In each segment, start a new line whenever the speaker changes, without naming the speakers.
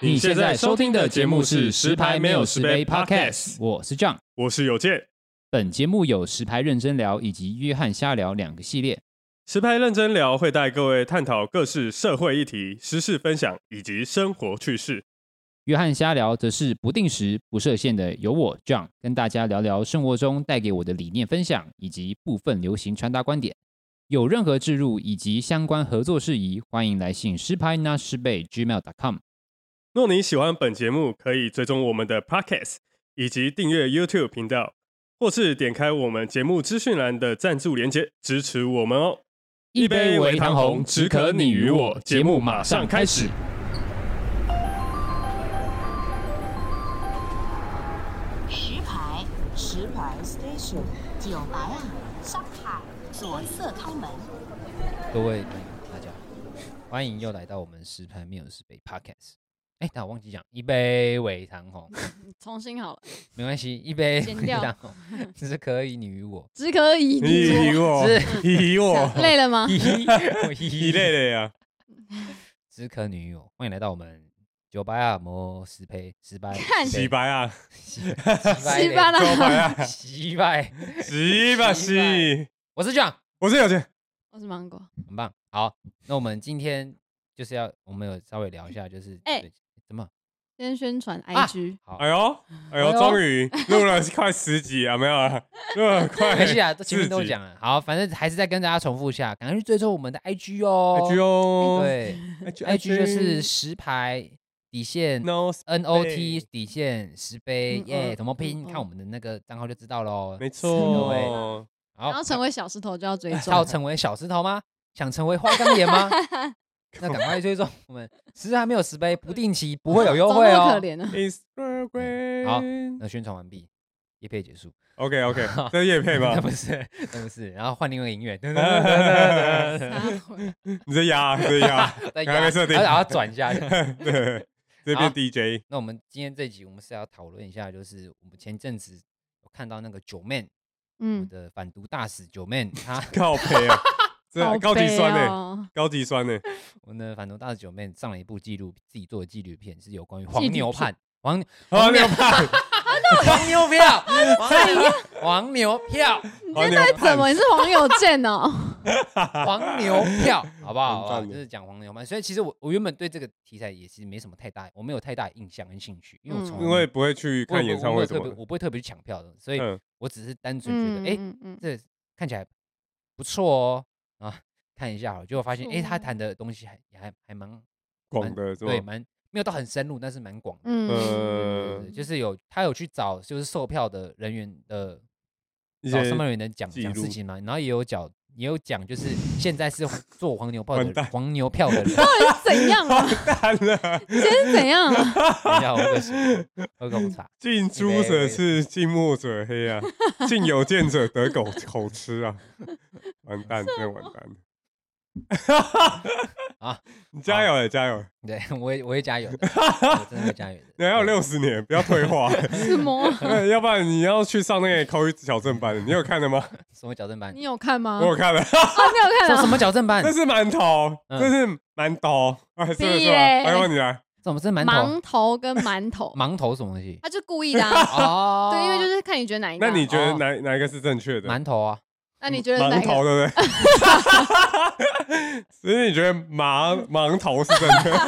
你现在收听的节目是《十排没有十杯》Podcast，
我是 John。
我是有健。
本节目有十排认真聊以及约翰瞎聊两个系列。
十排认真聊会带各位探讨各式社会议题、时事分享以及生活趣事。
约翰瞎聊则是不定时、不设限的，由我 John 跟大家聊聊生活中带给我的理念分享，以及部分流行穿搭观点。有任何置入以及相关合作事宜，欢迎来信失拍那失贝 gmail.com。
若你喜欢本节目，可以追踪我们的 Podcast 以及订阅 YouTube 频道，或是点开我们节目资讯栏的赞助连接支持我们哦。一杯微糖红只可你与我节目马上开始。
石牌，石牌 station，九白啊，上海，左侧开门。
各位朋友，大家好，欢迎又来到我们十排没有十杯 Podcast。哎，但我忘记讲，一杯为糖 红，
重新好了，
没关系，一杯
剪
为
掉
糖红，只是可以你与 我，
只可
你
以你
以我
只
以我
我，累了吗？
一，我
一
一
类的呀。
只可你与我，欢迎来到我们九白啊摩十杯十杯
看
十
洗白啊，
西
西班
九白
牙，
啊，
西白，
洗吧洗。
我是 John，
我是有健，
我是芒果。
很棒。好，那我们今天就是要，我们有稍微聊一下，就是
哎
对怎么
先宣传
啊
IG，
好
哎，呦哎
哎
呦，
呦
终于录了快十集啊，没有 啊，录了快
哎
没关系啊，都前面都
四集
讲了。好，反正还是再跟大家重复一下，赶快去追踪我们的 IG 哦
IG 哦，
对
IG
，IG 就是石牌底线
No
N O T 底线石碑
嗯
耶，
嗯
怎么拼？
嗯
看我们的那个账号就知道喽。
没
对
错，
好，哎
然后成为小石头就要追踪
要。成为小石头吗？想成为花岗岩 吗？那赶快追踪我们，石还没有石碑，不定期不 会有优
怎么
惠
那么
哦
可。怜呢。
好
Instagram。
那宣传完毕，也配结束。
OK OK，这是叶配吧
那？不是，那不是，然后换另外一 个音乐，
撒谎
你在压啊，你在 压，
再
还没设定
然后然后转一下。
对，这
好
边 DJ
那我们今天这集，我们是要讨论一下，就是我们前阵子有看到那个九妹，我们
嗯，
的反毒大使九妹，她
靠背 啊，
好
这高级
悲
酸呢，
哦，
高级酸呢，
我们的反毒大使九妹上了一部纪录，自己做的纪录片是有关于
纪
黄
录
牛
片
判黄
好啊牛派，
黄牛 票，黄 黄牛票，
好牛
怎么
派，
你是黄友健哦？
黄牛票，好不好？好
很
不好
赞
就
的
是讲黄牛嘛。所以其实我我原本对这个题材也是没什么太大，我没有太大印象跟兴趣，因为我
嗯
从来
因为不会去
我也
看演
不
唱
我
会
也
什
特别
么的，
我不会特别去抢票的，所以
嗯，
我只是单纯觉
嗯
得，哎，
嗯嗯，
这看起来不错哦，啊，看一下好了，结果发现，哎，他
错
谈的东西还也还还蛮
广
蛮
的是吧
对，？蛮没有到很深入，但是蛮广的。
嗯
对
呃
对对就是有他有去找就是售票的人员的
一
找
些
上面人员讲
记
讲
录
事情嘛，然后也有讲也有讲，就是现在是做 黄牛票
完
的
蛋
黄牛票的人。
怎样啊？
蛋了，
今天是怎样啊？
等一下，我喝个水， 喝口茶。
近朱者赤，近墨者黑 啊，近有见者得狗口吃啊， 完蛋，真的完蛋了。
啊，
你加油哎，加油！
对， 我也我会加油的，我真的会加 油的。
你还有六十年，不要退 化。
什么啊？
哎要不然你要去上那个口语矫正班，你有看的吗？
什么矫正班
你？有看吗？
我有看了，
啊，你有
什
看
什
啊？
么矫正班
这？是馒头，
嗯
这是馒头，哎，是不
屁
是？
嘞
哎，问你来，
什么是馒头？
盲头跟 馒头，
盲头什么东西？
他就故意 的啊。
哦
对，因为就是看你觉得哪一个
那
啊。
你觉得
哦
哪哪一个是正确的？
馒头啊，
那你觉得哪
馒
一
头
个？
对不对？ 所以你觉得麻盲头是正确的？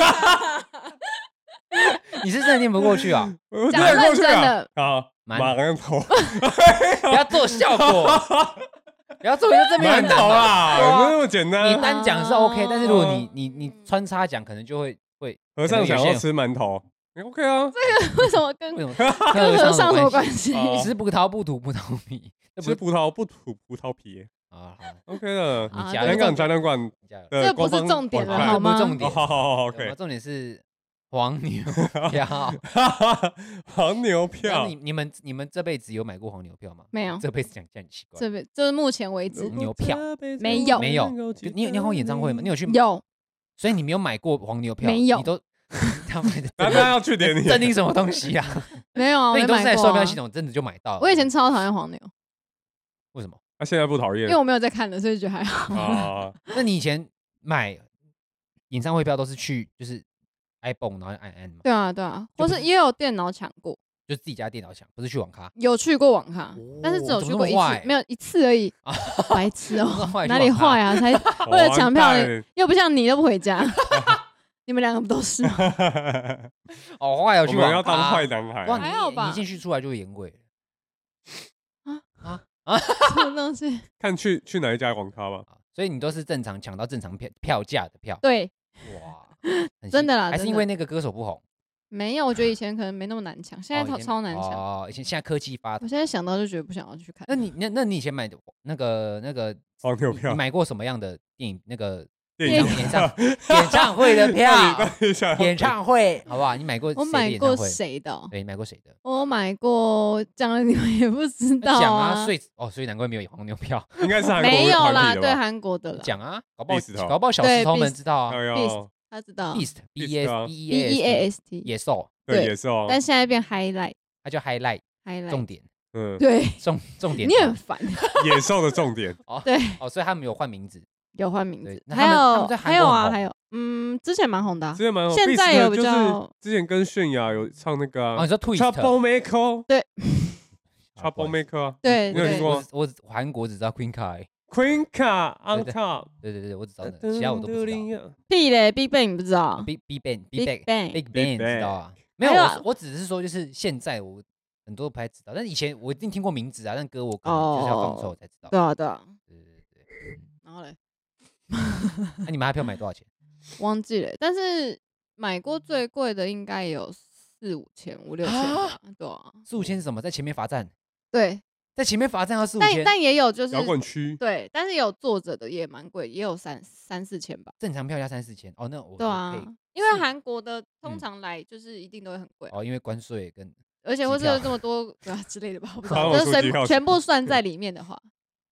你是真的念不过去 啊？
我
讲
真的过
认
去
真
啊！
的，
啊，
馒
馒头，
不要做效果， 不要做一个正面
馒
很难
头
啊
啦，
对啊
没那么简
你
单。
单讲是 OK，、
啊
但是如果你你你穿插讲，可能就 会会
和尚想
可能有
要
些
吃馒头你，OK 啊？
为什么跟
为什么
跟
跟
和尚什么关
系？
系？
哦
吃葡萄不吐葡萄米，这
吃
不
葡萄不吐葡萄皮
啊？
，OK 的。
好，你
啊
加
香
油，
港展览馆
你 加油。
的
这不是
官方
重点
网
了
站
啊
好
这不
吗
是重
哦，
点，
好好好
对
，OK
吗。重点是黄 牛票。
黄牛
那
票
你，你们你们这辈子有买过黄牛票吗？
没有
这辈子讲这样很奇怪。
这边就是目前为止
黄牛票
没有
没有，就你有你有看过演唱会吗？你有去？
嗯有
所以你没有买过黄牛票？
没有
你 都 他们
那那要去点你
镇定什么东 西啊？
没有啊？
那
我
你
没
都是在
买过
售票
啊。
系统真的就买到了？
我以前超讨厌黄牛，
为什么？
他啊现在不讨厌
因为我没有在看了，所以觉得还好。
啊，
那你以前买演唱会票都是去就是 iPhone，然后按按嘛，
对啊，对啊，
就不
或是
是
也有电脑抢过，
就自己家电脑抢，不是去网咖。
有去过网咖，但是只有
哦怎么
去
那
过
么
一
坏啊
次，没有一次 而已。白痴哦、
那坏就
哪里
网咖
坏啊？才为了抢 票
完蛋，
又不像你又不 回家，你们两个不都是吗？
哦，坏要
我
去
们
网
要当
咖
坏男
哇，
孩，
你
还好吧
你进去出来就是烟鬼。
什么东西？
看去去哪一家网咖吧。
啊所以你都是正常抢到正常票票价的票，
对，
哇，很
真
幸
的啦
还是
真
因
的
为那个歌手不红，
没有，我觉得以前可能没那么难抢，现在
哦
超
以前
超难抢。
哦，以前现在科技发达
我，现在想到就觉得不想要去看
那。你那那你以前买的那个那个
黄牛
你
票
你买过什么样的电影 那个
电影
演唱 演唱会的票？
下
演唱会好不好？你买过
我
谁的
买
演
过
唱会？
谁的哦？
对，你买过谁的？
我买过，讲了你们也不知道
那讲啊，所以哦，所以难怪没有黄牛票。
应该是韩国
没有
团
啦，
体
对
的吧？
韩国的啦，
讲啊，搞不好
Beast 哦
搞不好小
对
石头们
Beast
知道啊
哎呦
Beast，他知道
，Beast B E
Beast 啊
S B
B E
E
A
A S
S T，
野兽，
对
对
也是哦。
但现在变 highlight
它叫 highlight 重
highlight，
点
嗯，
对
重重点
你
团
很烦，
野兽的重点，
对，
哦，所以他们有换名字
有换名
对
字，
那他
还
们他
有
们在韩
还有
国很
啊，
红
还有嗯，之前蛮红的啊，
之前蛮好
现在
Beast
有比
就是
较
之前跟泫雅有唱那个
哦，
啊
你说 twist
，Trouble Maker，
对
啊不好
Trouble
意思
Maker 啊
对
你有听
对
过，
我只我只韩国只知道 Queen Kai，
，Queen Car
对
on
对
Top，
对对对，我只知道那个，其他我都不知道。
道。
屁嘞，Big Bang 你不知道
Big Big Bang
Big
Big Bang
Bang
Big
Big
Bang 知道啊？没有，
还有啊
我我只是说就是现在我很多不太知道，但是以前我一定听过名字啊，但歌我可能就是要放之后才知道。
对啊对啊，
对对对对，
然后嘞
那你买他票买多少钱？
忘记了，但是买过最贵的应该有四五千五六千吧，对啊
四五千是什么？在前面罚站，
对，
在前面罚站要四五
但
千，
但也有就是
摇滚区，
对，但是也有坐着的也蛮贵，也有三三四千吧。
正常票价三四千。哦，那我
对
我可以
啊，因为
是
韩国的
嗯
通常来就是一定都会很贵啊、
哦，因为关税跟
而且
机
或是
票
有这么多对啊之类的吧，我不知
韩
道，
国
就是
出机票
全
是
全部算在里面的话，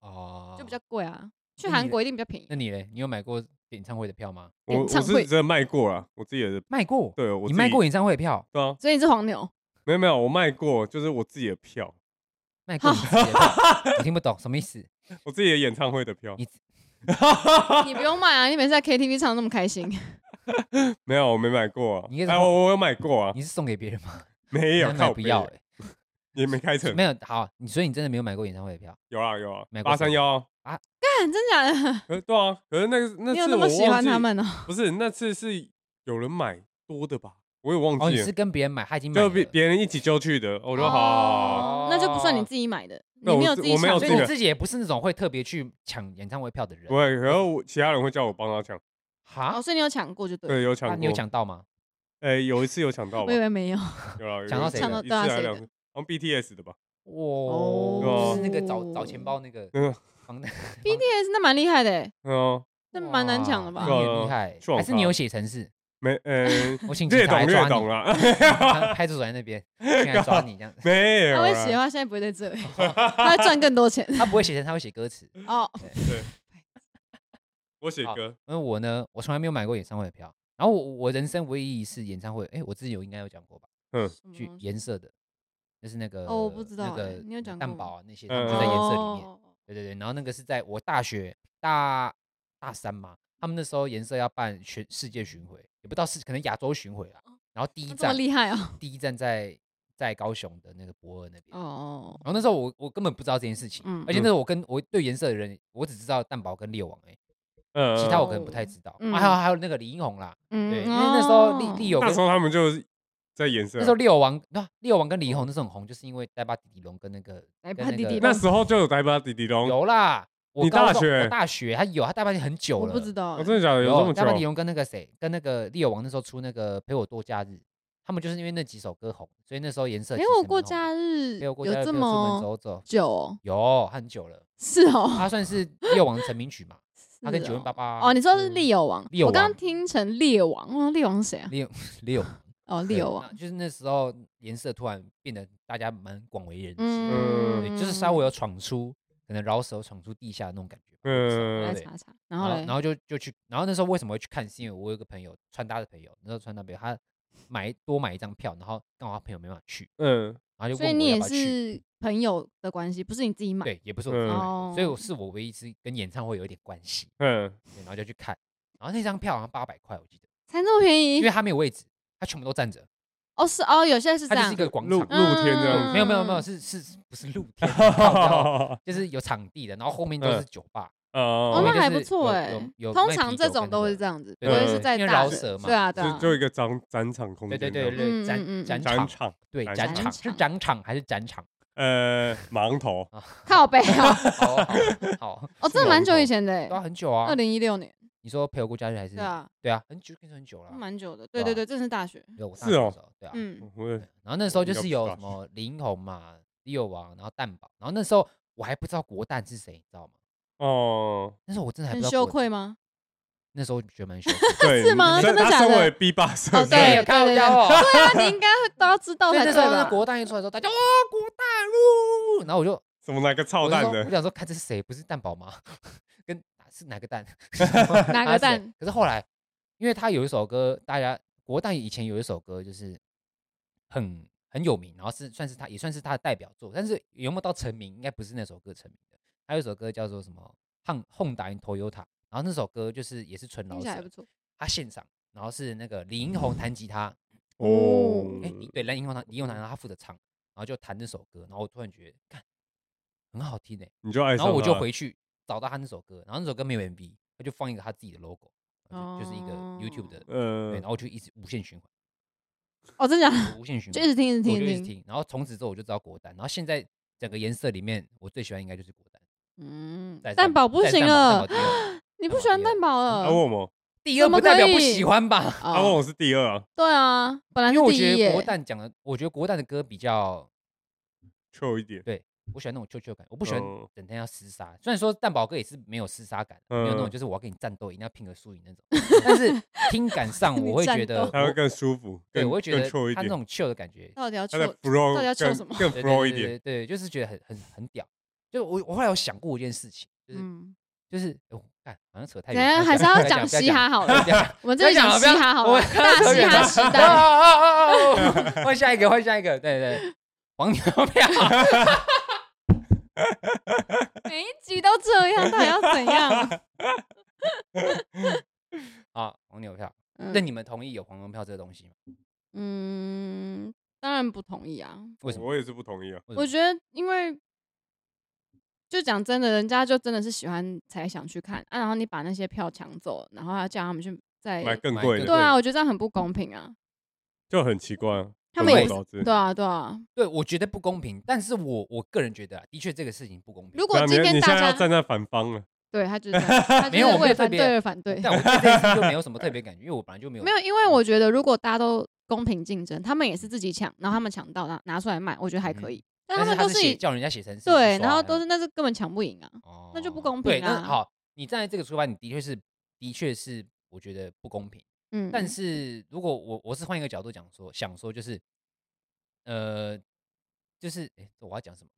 哦
就比较。贵啊。去
那你
韩国一定比较便宜
那，你嘞？你有买过演唱会的票吗？
我
演
我
唱
是
会
真的卖过了，我自己也是，
卖过，
对我
你
自
卖
己
过演唱会的票？
对啊，
所以你是黄牛，
没有没有，我卖过，就是我自己的票，
卖过你自己的票？我听不懂什么意思。
我自己的演唱会的票
你，
你不用买啊，你每次在 KTV 唱得那么 开心，
没有，我没买过啊
你应该，是
哎，我我有买过啊，
你是送给别人吗？
没有，
那
靠
买不要
背
欸
也没开成，
没有好，你所以你真的没有买过演唱会的票？
有啊有啊
买，过
八
什么
三幺，
干真假的？
可是对啊，可是那个那
你有
次
那
我
么喜
忘
欢
记，
他们呢、哦
不是那次是有人买多的吧，我也忘
哦，你
记了
是，跟别人买，他已经买
就
了，
别别人一起揪去的，我说好好，好好
哦那就不算你自己买的，
那
你没
我
有
自
自己
我没有这
所
抢
以你
个
过。
自己也不是那种会特别去抢演唱会票的人
不。会，然后 我其他人会叫我帮他抢，
哈
哦，，所以你有抢过就对了。
啊对，有
啊
抢
你有
过，
抢到吗？
哎，有一次有抢到
我
吧
以，为没有，
有啊，有
抢到谁的
抢到
一次
对啊
还
谁
两
的
次，好像 BTS 的吧。
哦，
哦
是那个找找钱包那个
嗯
防弹
BTS 那蛮厉害的欸，
嗯哦，
那蛮难抢的吧
哇那？你很
对啊
厉害欸
去，网
还是你有写程 式？
没，呃，
我请警
略
察来
懂
抓
略
你，
懂啦，
派出所在那 边，现在抓你这样。
没有啊啦。
他会写的话，现在不会在这里， 他会赚更多钱。
他不会写成，他会写歌词。
哦，
我写
好
歌，
因为我呢，我从来没有买过演唱会的票。然后我我人生唯一一次演唱会，哎，我之前有应该有讲过吧？去
什么
颜色的，就是那个
嗯哦我不知
那
道
个
欸你有讲
蛋
过吗
堡啊那些，他们
嗯
就在颜色里面。
哦
对对对，然后那个是在我大学大大三嘛，他们那时候颜色要办全世界巡回，也不知道是可能亚洲巡回啦。然后第一
哦那这么
站，
厉害啊！
第一站在在高雄的那个博尔那边。
哦，
然后那时候我我根本不知道这件事情，
嗯
而且那时候我跟我对颜色的人，我只知道蛋堡跟猎王哎、
嗯，
其他我可能
哦
不太知道。
嗯
啊，还有还有那个李英宏啦，
嗯哦
对，因为那时候利利友
那
跟
时候他们就是在颜色啊
那时候，六王，那六王跟李红那时候很红，就是因为呆巴迪迪龙跟那个
呆
跟
巴
那
迪
个
迪
那
龙
时候就有呆巴迪迪龙，
有啦。我
你
高
大
中
学
我大学他有他呆巴迪很久
我
了，
不知道
哦，
欸，
真的假的？有这么
呆巴迪
久？
龙跟那个谁跟那个利友王那时候出那个陪我度假日，他们就是因为那几首歌红，所以那时候颜色
陪
其实
我
蛮
过
红的
假日
陪我过
有
假日
这
陪我出门
么
走走，
久哦？
有他很久了，
是哦，
他算是利友王的成名曲嘛， 他跟
是
九零
哦
八八
哦，你说是利友王
利友？
我刚
王
刚听成猎王，我说猎王是谁啊？
利友利友
哦，利友
友
王，
就是那时候颜色突然变得大家蛮广为人知，
嗯
嗯，
对，就是稍微有闯出，可能饶舌闯出地下那种感觉吧。
嗯
来
对
查查，
然
然后
后
嘞，
然后就就去，然后那时候为什么会去看？是因为我有个朋友，穿搭的朋友，那时候穿搭朋友他买多买一张票，然后刚好他朋友没办法去，
嗯，
然后就
所以
问我
你
要
也
不要去。
是朋友的关系，不是你自己买。
对，也不是我自己买的，
嗯
所以我是我唯一一次跟演唱会有一点关系，
嗯，
对然后就去看，然后那张票好像八百块，我记得，
才那么便
因
宜
为，他没有位置，它全部都站着，
哦是哦，有些是
它就是
这样
一，个广
露
场
露。天这样
对
子。
没有没有没有，
嗯
是是不是露天？靠 腰就是有场地的，然后后面就是
嗯
酒吧，
哦
我
哦
们
那
就是
还不
有
错哎
有有。
通
卖
常
啤
这
酒
种
跟
都
那
会
个
这样子，不
对
会
对
是
对
在
因为
大
饶
学
舌嘛
对啊对
就
啊，
就一个展展场空
对
间这
对
样，
对对，
嗯
展
嗯嗯
展
展
场，
场
对
展
展
场
场是展场还是展场？
呃盲头，
啊
靠背哦，
哦， 好，好
哦，这蛮久以，
是
前的
有有都要
欸，
很久啊
二。零一六年，
你说陪我过假日还是
对？啊，
对啊，很久，跟很久了啊。
蛮久的，
对
对
啊
对对，这是大学，
对，我大
是
学
哦
的时候，对啊。
嗯，
我
对然后那时候
应
就
该不
是有
大
什么林红嘛、六王，然后蛋堡，然后那时候我还不知道国蛋是谁，你知道吗？
哦，
那时候我真的还不
很
知道
羞
国
愧吗？
那时候觉得蛮 羞愧。
对，
是吗
你
真的
他
假的
身为 B 霸社
哦
是，
对
靠
对对
腰哦。
对啊，你应该会都要知道
所以啊
才
那
对
时候那
吧？
国蛋一出来的时候，大家哦，国蛋呜，然后我就
什么来个操
我就
蛋
说我
的，
想说，看这是谁？不是蛋宝吗？ 跟啊是哪个蛋？
哪
啊是
个
谁
蛋
可是后来，因为他有一首歌，大家国蛋以前有一首歌就是很很有名，然后是算是他也算是他的代表作，但是有没有到成名，应该不是那首歌成名的。还有一首歌叫做什么《Hon Honda in Toyota》，然后那首歌就是也是纯
听
老
起来还不
舍，
错，
他现场，然后是那个李英红弹吉他，
哦，
哎、李对，蓝银红他李永南他负责唱，然后就弹那首歌，然后我突然觉得，看很好听哎、
你就爱
然
上，
后我就，回去找到他那首歌，然后那首歌没有 MV，他就放一个他自己的 logo，就呃就是一个 YouTube 的，
嗯
呃
对，然，后我就一直无限循环，
哦，真的假的，
无限循
就
环，
一直听，一直听，
我就一直
直听，
听，然后从此之后我就知道国丹，然后现在整个颜色里面我最喜欢应该就是国丹，
嗯
再，
蛋
蛋堡
堡不
再
行
蛋堡蛋堡
了
第二，
你不喜欢蛋堡
他问
嗯
了？
我们，
第二
怎么
不代表不
可以
喜欢吧，
他问
哦，
我是第二啊，
对啊，本来
因
是
为我
第
觉
一
得国
耶，
蛋讲的，我觉得国蛋的歌比较。
臭一点，
我喜欢那种 QQ 感，我不喜欢
嗯
整天要厮杀。虽然说蛋堡哥也是没有厮杀感，啊没有那种
嗯
就是我要跟你战斗，一定要拼个输赢那种。但是听感上，
你
我会
战
觉得
斗
他会
我，
更舒服，
对，
更
我会觉
更
得
臭一
他那
点，
种 chill 的感觉，
到底要
他
出
的 flow
到底要臭
更
什么
更
对对
flow
对
一
对
点，
对，就是觉得很很很屌。就我我后来有想过一件事情，就是
嗯，
就是，哦，干好像扯太
等
远，
下
不
还是
讲
要
不
讲
讲
嘻哈，好
不要
了，
讲不要讲
我们这里讲嘻哈好
我
了，大嘻哈时
哦
代，
哦哦哦哦哦换下一个，换下一个，对对，黄牛票。
每一集都这样，到底要怎 样？
啊，黄牛票。
嗯
那你们同意有黄牛票这个东西吗？
嗯，当然不同意啊，
为什么？
我也是不同意啊，
为什
我
么
觉得，因为就讲真的，人家就真的是喜欢才想去看啊，然后你把那些票抢走，然后还要叫他们去再
买更
哎买
贵的
更
对啊，我觉得这样很不公平啊。
就很奇怪啊，
他们也
不知
对啊，对啊。
对我觉得不公平，但是我我个人觉得、啊，的确这个事情不公平。
如
对
果
啊，你
今天
你现
大
在要
家
站在反方了，
对他就是这样他 就
没有我
是
没有
为
特
反
别
对而反对，
但我对这件事情就没有什么特别感觉，因为我本来就没有
没有，因为我觉得如果大家都公平竞争，他们也是自己抢，然后他们抢到拿拿出来卖，我觉得还可以。
嗯但
但他
是
们
他
都
是
是
写
以
叫人家写成是
对，
不刷
然后都
的
是那是根本抢不赢啊。
哦
那就不公
对，
平
那
啊
好，你站在这个出发点，的确是的确是我觉得不公平。
嗯，
但是如果我我是换一个角度讲说，想说就是，呃，就是哎、诶我要讲什么？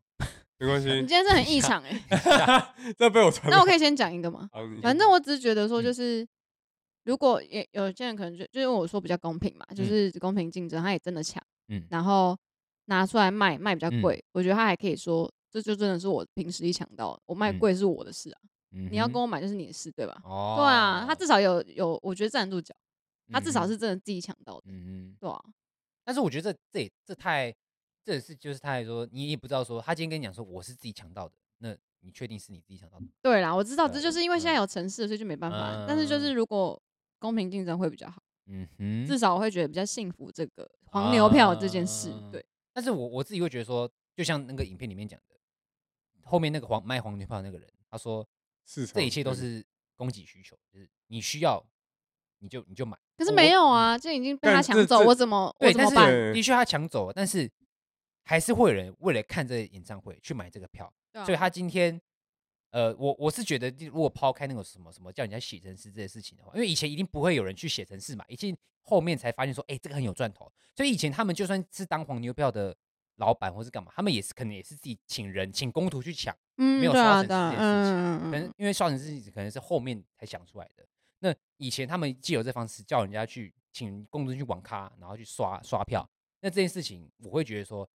没关
你
系
今，天是很 异常哎、
这被我传
那
染
我可以先讲一个吗？
好你
反正我只是觉得说，
嗯
就是如果也有些人可能就就是我说比较公平嘛，就是公平竞争，他也真的抢，
嗯
然后拿出来卖卖比较
嗯
贵，我觉得他还可以说，这就真的是我凭实力抢到的，我卖
嗯
贵是我的事啊，你要
嗯哼
跟我买就是你的事，对吧？
哦，
对啊，他至少有有，我觉得站得住脚，他至少
嗯哼
是真的自己抢到的，
嗯嗯。
对啊，
但是我觉得这这也这太，这也是就是太说你也不知道说他今天跟你讲说我是自己抢到的，那你确定是你自己抢到的？
对啦，我知道，
对
这就是因为现在
嗯
有城市，所以就没办法，但是就是如果公平竞争会比较好，
嗯啊哼
至少我会觉得比较幸福这个黄牛票这件事
啊，
对，
但是我我自己会觉得说，就像那个影片里面讲的，后面那个黄卖黄牛票的那个人，他说
市场
这一切都是供给需求，就是你需要你就你就买。
可是
我嗯
没有，啊，这已经被
但
他
这
抢走，
这
我怎么
我
我
对，
怎
但
么
是
办？
办
的确他抢走了，但是还是会有人为了看这个演唱会去买这个票。
对啊
所以他今天，呃，我我是觉得，如果抛开那种什么什么叫人家写程式这些事情的话，因为以前一定不会有人去写程式嘛，一定后面才发现说，哎、这个很有赚头。所以以前他们就算是当黄牛票的老板或是干嘛，他们也是可能也是自己请人请工图去抢，
嗯，
没有
对
刷
啊，
存
对啊
这件事
嗯
可
嗯
能
嗯
因为刷程式可能是后面才想出来的。那以前他们既有这方式叫人家去请工作人去网咖，然后去刷刷票，那这件事情我会觉得说，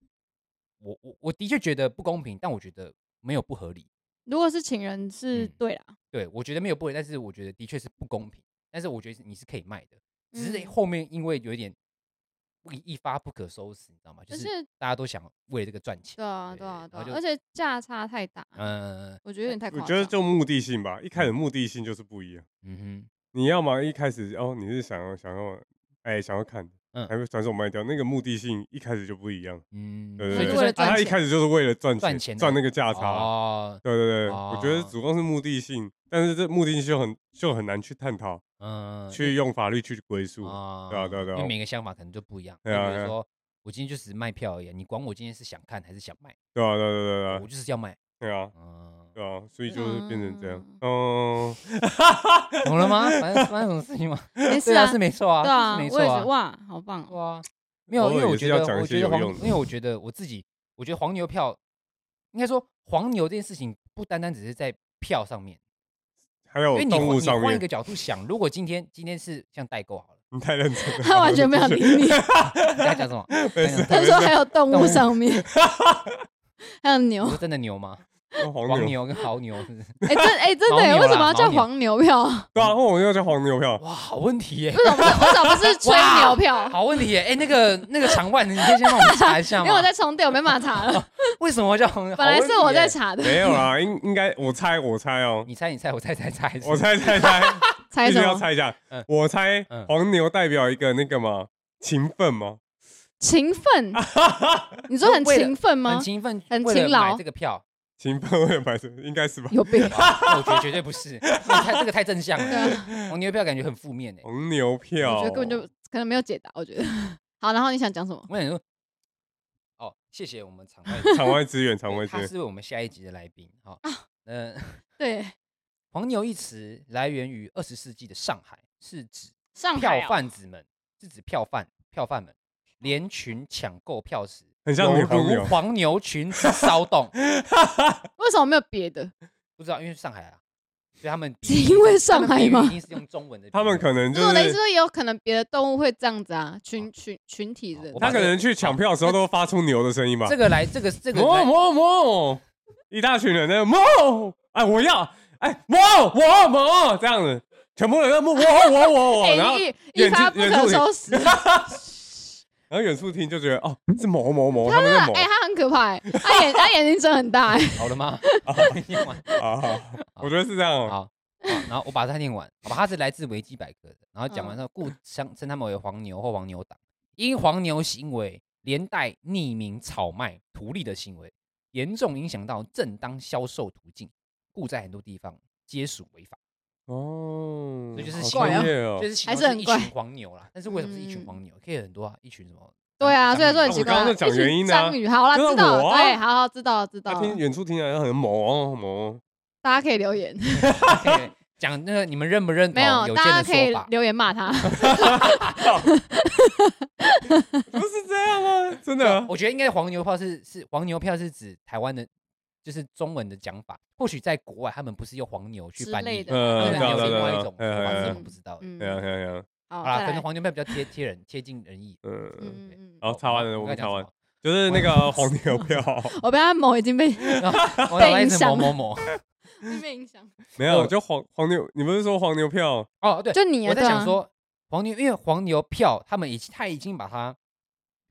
我我我的确觉得不公平，但我觉得没有不合理。
如果是情人是
嗯
对啦，
对，我觉得没有不合理，但是我觉得的确是不公平。但是我觉得你是可以卖的，只是
嗯
后面因为有一点一一发不可收拾，你知道吗？就
可
是
是
大家都想为了这个赚钱，
对啊，
对
对啊，对
然后就
啊，而且价差太大，
啊
嗯
我觉得有点太夸
我
张。
觉得就目的性吧，一开始目的性就是不一样。
嗯
你要嘛一开始哦，你是想要想要哎、想要看，
嗯
嗯，还会转手卖掉，那个目的性一开始就不一样。
哼，嗯，
对对
所以
对，
就为了
啊他
赚
一
钱
开始就是为了赚
赚钱的
赚那个价差。
哦，
对对对，
哦
我觉得主攻是目的性，但是这目的性就很就很难去探讨，
嗯，
去用法律去归宿。
啊
对啊对啊对
因
啊
为每个想法可能就不一样，
对啊
就比
对
如
啊
说我今天就只是卖票而已，你管我今天是想看还是想卖，
对啊对啊对啊对
我
啊
就是要卖，
对啊
嗯，
对啊，所以就是变成这样。
嗯
嗯，
懂了吗？反正发生什么事情 吗？
没事
对啊，
啊，
是没错啊，
对啊，
是没
我
错
也
啊
是，哇，好棒
对啊，
哦！
没有，
偶
因为
尔
我
也
觉
是要
得，
讲一
我
些
觉得
有
黄，
用的
因为我觉得我自己，我觉得黄牛票，应该说黄牛这件事情不单单只是在票上面，
还
因
有
为你
哦动
换
物
你
上
换一
面
个，角度想，如果今天今天是像代购 好了，
你太认真了，
他完全没有 理你，
你在讲什么？
没事
你
他说还有动
动
物
物
上面，还有牛
说，真的牛吗？
黄
黄
牛，
牛跟牦牛是不 是？
哎，真哎真的
牦牛
耶，
啦
为什么要叫
牦牛
黄牛票？
对啊，黄牛叫黄牛 票，
哇，好问题 耶！
为什么不是为什么不是吹
哇
牛票？
好问题耶！哎，那个那个场外的，你可以先帮我们查一下
因
吗？
为我在重点，我没办法查了。
为什么叫黄牛？
本来
哦好问
是
题
我在
耶，
查的，
没有啦，应应该我猜我猜哦，
你猜你猜，我猜猜猜一次，
我猜猜猜，
猜
必须
什
要
么？
猜一下
嗯。
我猜
嗯
黄牛代表一个那个嘛，勤奋嘛，
勤 奋？你说很
为了
勤奋吗
很？勤奋，
很
为了
勤劳
买这个票，
勤奋为了白色，应该是吧？
有病！
那我觉得绝对不是，那太这个太正向
对
了。
啊，
黄牛票感觉很负面哎、
黄牛票，
我觉得根本就可能没有解答。我觉得好，然后你想讲什么？
我想说，哦，谢谢我们场外
场外资源，场外
对，
资
他
源，
是我们下一集的来宾。好、
啊
哦，嗯、
对，
黄牛一词来源于二十世纪的上海，是指
上海
票
哦
贩子们，是指票贩票贩们连群抢购票时，
很像
有
女朋
如
友。
黄牛群之骚动。
为什么没有别的？
不知道，因为上海啊，所以他们
是
比喻
因为
他们
上海
比喻
吗
一定是用中文的比喻，
他们可能
不
就是
我的意思
是，
说，也有可能别的动物会这样子啊，群群群体的
哦我。把
他可能去抢票的时候都发出牛的声音吧哦
这。个来这个这个
某
来
某某，一大群人在某，哎，我要，哎，某我某这样子，全部人在某我我我我，
哦
哎
然后
一一
远
发
处
不
远处
可
听
收拾。
然后远处听就觉得哦是某某某，他
他
们在某
哎，他很可怕欸，他眼他眼睛真的很大欸。
好了吗？
哦
念完
啊，好我觉得是这样
好。好然后我把它念完，好吧，它是来自维基百科的。然后讲
嗯
完之后，故相称他们为黄牛或黄牛党，因黄牛行为连带匿名炒卖图利的行为，严重影响到正当销售途径，故在很多地方皆属违法。
哦，
所以就是
好
习惯
专业哦
就。是形
还
容
是很
一
怪
群黄牛啦，但是为什么是一群
嗯
黄牛？可以很多啊，一群什么？
对啊，所以
张
说很
宇
奇
我
怪
刚
啊。
刚在讲
一群
原因啊
章鱼，好啦，
就是
知道
我
了，
啊
对，好好知道了，知道
他
了
啊
听。远处听起来很某哦某，
大家可以留言，
对讲那个你们认不认同
没有，
哦有
大
健
家
的
可
说
以
法？哦
留言骂他。
不是这样吗？真的 啊
我觉得应该黄牛票是是黄牛票是指台湾的，就是中文的讲法。或许在国外他们不是用黄牛去
之
翻
类
译，
的
可
嗯，对
能
啊对啊
有另
对
外
啊
一种
哎
说法
哎
是
哎
我们不知道的。
嗯
对啊，对啊，对啊，
好，
好
再
啦，可
来
能黄牛票比较贴贴人贴近人意。
嗯。
嗯嗯嗯，
好，查完了，我
刚才
们查
讲什
完
么，
就是那个黄牛票，
我被他某已经被
哦 我脑袋一
被
直
影响
某某某。
被影响。
没有，就黄黄牛，你不是说黄牛票？
哦，对，
就你啊
我在
对啊
想说黄牛，因为黄牛票他们已经他已经把它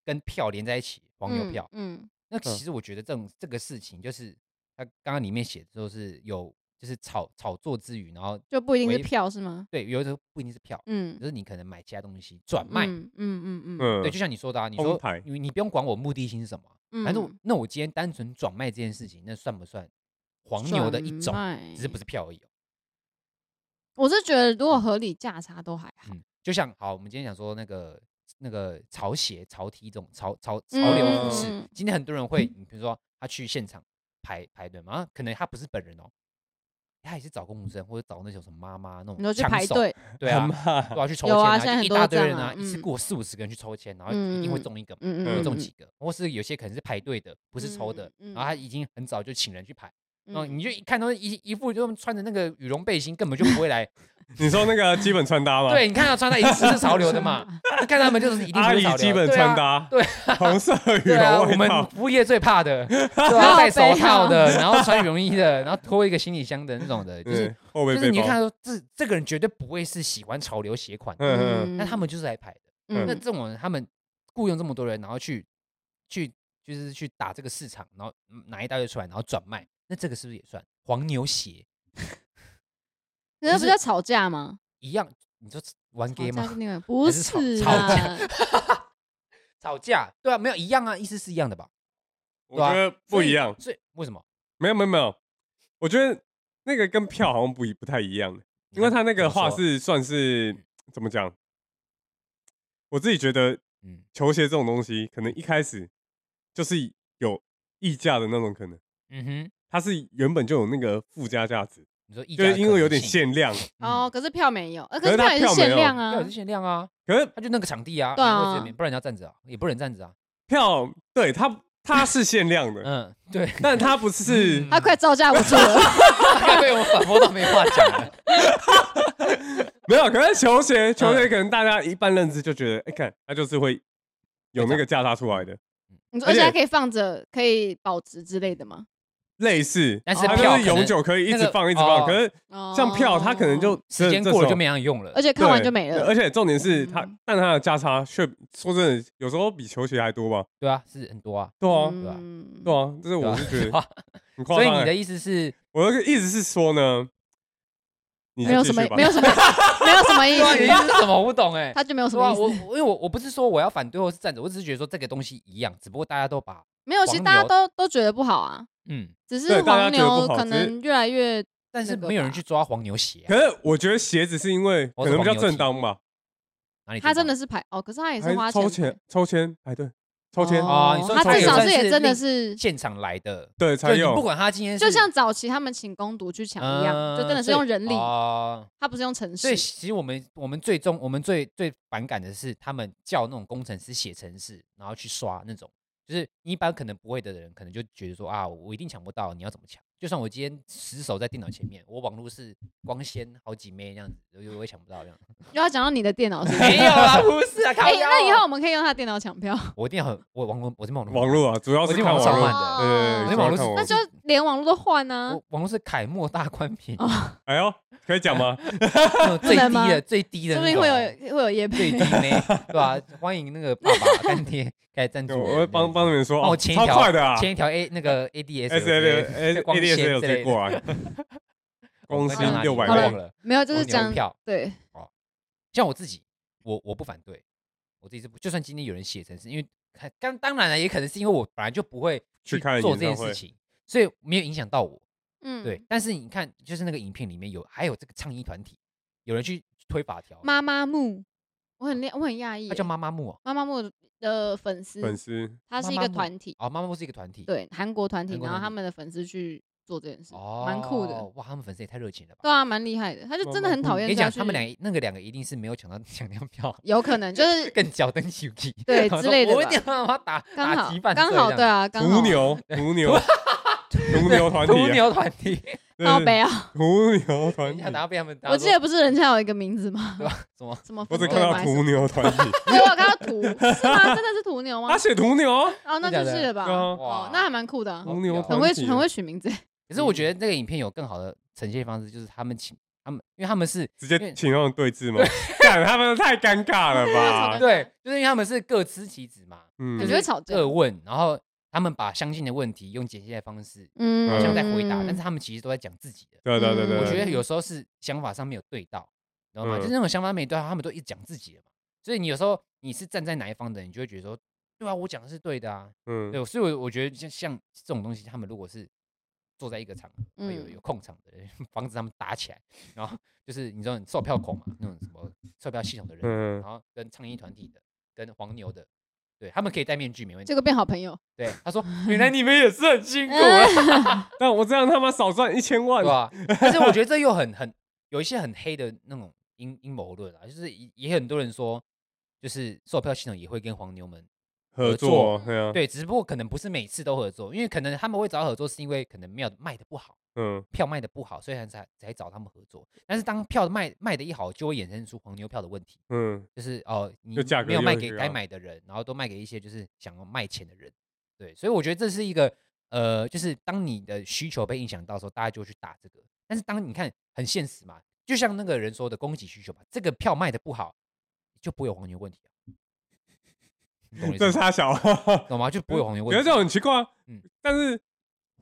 跟票连在一起，黄牛票。
嗯，
那其实我觉得这种这个事情，就是他刚刚里面写的就是有就是炒炒作之余，然后
就不一定是
为
票是吗？
对，有的时候不一定是票，
嗯
就，是你可能买其他东西转卖。
嗯嗯嗯嗯
嗯，
对，就像你说的、啊，你
哄
说
抬
你你不用管我目的性是什么啊，
嗯，
反正我那我今天单纯转卖这件事情，那算不算黄牛的一种？只是不
是？
是票而已哦、
我是觉得如果合理价差都还好。
嗯，就像好，我们今天讲说那个那个潮鞋、潮 T 这种潮潮潮
嗯
流服饰，
嗯嗯
今天很多人会，你比如说他去现场排排队嘛，啊可能他不是本人哦。他也是找公务生，或者找那种什么妈妈那种
你说去
枪
排
手，
队，
对啊，
嘛
对啊，去 抽
有
签
啊
啊，
现在
就
很
一
多
大
都
堆
这
人
样
啊，
啊
一次
嗯
过四五十个人去抽签，然后
嗯
一定会
嗯
中一个嘛，
嗯
会
嗯，
中几个，或是有些可能是排队的，不是抽的，
嗯嗯
然后他已经很早就请人去排，然
嗯？
后哦你就一看他们一一副就他们穿着那个羽绒背心，根本就不会 来。
你说那个基本穿搭吗？，
对，你看他穿的一定是潮流的 嘛，就看他们就是一定
阿
是
姨
潮流。
基本
对啊
穿，搭，
对，
红色羽
对啊，我
绒外
们
套，
服务业最 怕的，对
靠
啊，戴手
背啊
套的，然后穿羽绒衣的，然后拖一个行李箱的那 种的，就是
对，嗯后背
就是
背
你就看
包，嗯
到这这个人绝对不会是喜欢潮流鞋款的，
嗯嗯，
但他们就是来排的。那
嗯
这种人，他们雇佣这么多人，然后去去就是去打这个市场，然后嗯拿一大堆出来，然后转卖，那这个是不是也算黄牛鞋
人家
不
不
是
叫吵架吗？
一样？你说玩 gay
吵架
吗
是？另外，不
是吵
是
吵
啦，
吵架对啊，没有一样啊，意思是一样的吧？
我觉得不一样。
啊所以为什么？
没有没有没有，我觉得那个跟票好像不一不太一样，因为他那个画
嗯怎么说
是算是怎么讲？我自己觉得
嗯
球鞋这种东西，可能一开始就是有溢价的那种可能，
嗯哼，
它是原本就有那个附加价值，
你说溢
就
价的
是因
可
为有
能
点
性，
限量，
嗯
哦，，可是票没有，呃，
可
是
是他
也
票
是
没
限
有
量
对啊，
啊
是，限量啊，
可是
他就那个场地啊，
对啊
没有位置没不然你要站着啊，也不能站着啊。
票对它它是限量的，
嗯，对，
但它不是
嗯
他快招架不住 了。
被我反驳到没话讲了。
没有，可是球
嗯
鞋，球鞋可能大家一般认知就觉得，哎、看它就是会有那个价差出来的，
你说，
而
而且
且
它可以放着，可以保值之类的吗？
类似，
但是
它就
票可
是
能
永久可以一
那
直
个
放，一直
哦
放。可是
哦
像票，它可能就
时间过了就没
有，
有用了，
而且
对
看完就没
而
了。
且重点是它
嗯，
但它的价差却说真的，有时候比球鞋还多吧？
对啊，是很多啊，
对啊，
对吧
嗯
对啊，这是
对
我
啊
是觉得
对啊
很夸
所以
张、
你的
欸。
意思 是，
我的意思是说呢，你
没有
就
什
继
么
续，吧
没有 什么，没有什么意
对啊，你的意
思，
思是什么？我不懂哎。
他就没有什
对啊，
么
我
意
我
思。
因为我我不是说我要反对或是站着，我只是觉得说这个东西一样，只不过大家都把
没有，其实
黄
大家
牛
都都觉得不好啊，
嗯，
只
对
是
大家
黄
觉得不
牛
好
可
只是
能越来越
但是
那个
没有人
吧
去抓黄牛鞋啊
可，是我觉得鞋子是因为
我
可
是
能比较
黄牛
正
踢
当吧，
哪里知道？
他真的是排哦，可是他也是
还
花
抽
钱
签抽签排队抽签
哦啊你说
他
抽
至
签
少
算
是
是
也真
另
的是，
现场来的，
对才
就你
有
不。管他今天是
就像早期他们请攻读去抢一样，就真的是用人力，
啊。
他不是用城
所以
市。
其实我们我们最终我们最最反感的是他们叫那种工程师写程式，然后去刷那种，就是你一般可能不会的人，可能就觉得说啊，我一定抢不到，你要怎么抢？就算我今天死守在电脑前面，我网络是光纤好几枚这样子，我我也抢不到 这样。
又要讲到你的电脑是不是？
没有哦啦，不是啊，靠
哎，
腰
那以后我们可以用他的电脑抢票，
我一定很我网络我是网络
网络啊，主要
我
是
是
看
网
网
上
络
慢，
哦
的，
对对对，
我是网络
主要看
是
那就连网络都换啊
我。网络是凯莫大宽屏，
哎呦，可以讲 吗？
那种最
不能
低
哦吗
的最低的
说
那
不
种，
定会有会有夜
最低
配，
呢，对吧？欢迎那个爸爸干爹开赞助
对
我们，
我会帮帮你们说，
帮我
哦，
签一
超
条
快的啊
签一条 A 那个 ADS
，S L
有
S
光
A D
纤
S L
之
直接
类的，
过来，光
我刚
纤
刚哪里
六百
我忘
万，
了，
没有，
就
就是讲
票。
对，
像我自己，我我不反对，我自己是不，就算今天有人写成是，因为看当当然了，也可能是因为我本来就不会
去看
做
演
这件
唱
事
会
情，所以没有影响到我。
嗯，
对，，但是你看，就是那个影片里面有还有这个倡议团体，有人去推法条，
妈妈木，我很厉我很讶
他
异耶，
叫妈妈木哦，
妈妈木的粉丝，
粉丝
他是一
妈
个
妈木
团体，
哦，妈妈木是一个团体，，
对，韩国团体
韩，国
然后
团
他
体
们的粉丝去做这件事，
哦，
蛮酷的，，
哇，他们粉丝也太热情了吧。
对啊，蛮厉害的。他就
妈
真的
妈
很讨
我
厌
跟你
这样
讲，他们
去
俩那个两个一定是没有抢到 抢到票，
有可 能就是
更脚蹬起起，
对
然后
之
说
类的
我一
吧
定要把它打
刚
打
好
击犯罪
刚好
这
对
样
啊，刚
途
好
牛途 牛途牛团
途
体啊，
牛团体，
对
靠北啊！
途牛 团
等一
体
下，然后被他们打
我记得不是人家有一个名字吗？
对吧？什么？
什么
我
分
只
队
看到
吗？
途牛团 体，
对，我有看到图，是吗？真的是途牛吗
他？写途牛啊，
哦，那
真的假
就
的嗯
是了吧
对。啊，
哦，那还蛮酷的啊，
途牛
很
团
会
体
很会取名字。
可是我觉得那个影片有更好的呈现方式，就是他们请他们，因为他们是
直
因为
接请他们对峙 吗？干他们太尴尬了吧？
啊
对，就是因为他们是各司其职嘛，
嗯
感，觉会吵架
各问，然后他们把相近的问题用简介的方式
嗯，
好像在回答，但是他们其实都在讲自己的。
对对嗯对对，
我觉
对
得有时候是想法上面有对到，你知道吗？
嗯
就是那种想法没对到，他们都一直讲自己的嘛。所以你有时候你是站在哪一方的，你就会觉得说，对啊，我讲的是对的啊。
嗯，
对，所以我我觉得像像这种东西，他们如果是坐在一个场合，会有
嗯
有控场的人， 防止他们打起来，然后就是你知道售票口嘛，那种什么售票系统的人，
嗯
然后跟倡议团体的，跟黄牛的，对他们可以戴面具没问
这
题。
个变好朋友，
对，他说原来你们也是很辛苦啊，
但我这样他妈少赚一千万
对，啊吧？ 但是我觉得这又很很有一些很黑的那种阴阴谋论啊，就是也也很多人说，就是售票系统也会跟黄牛们
合作，对啊，
对，只不过可能不是每次都合作，因为可能他们会找合作，是因为可能没有卖的不好，
嗯，
票卖的不好，所以才才才找他们合作。但是当票卖卖的一好，就会衍生出黄牛票的问题，
嗯，
就是哦，你
就价
没有
格
卖
又
给
是
该
啊
买的人，然后都卖给一些就是想要卖钱的人。对，所以我觉得这是一个呃，就是当你的需求被影响到的时候，大家就会去打这个。但是当你看很现实嘛，就像那个人说的供给需求嘛，这个票卖的不好，就不会有黄牛问题啊。你懂我意
这
思
是
吗？
他小号，
懂吗？就不会有黄牛
我觉
问
得
题
这。种很奇怪啊。
嗯
但是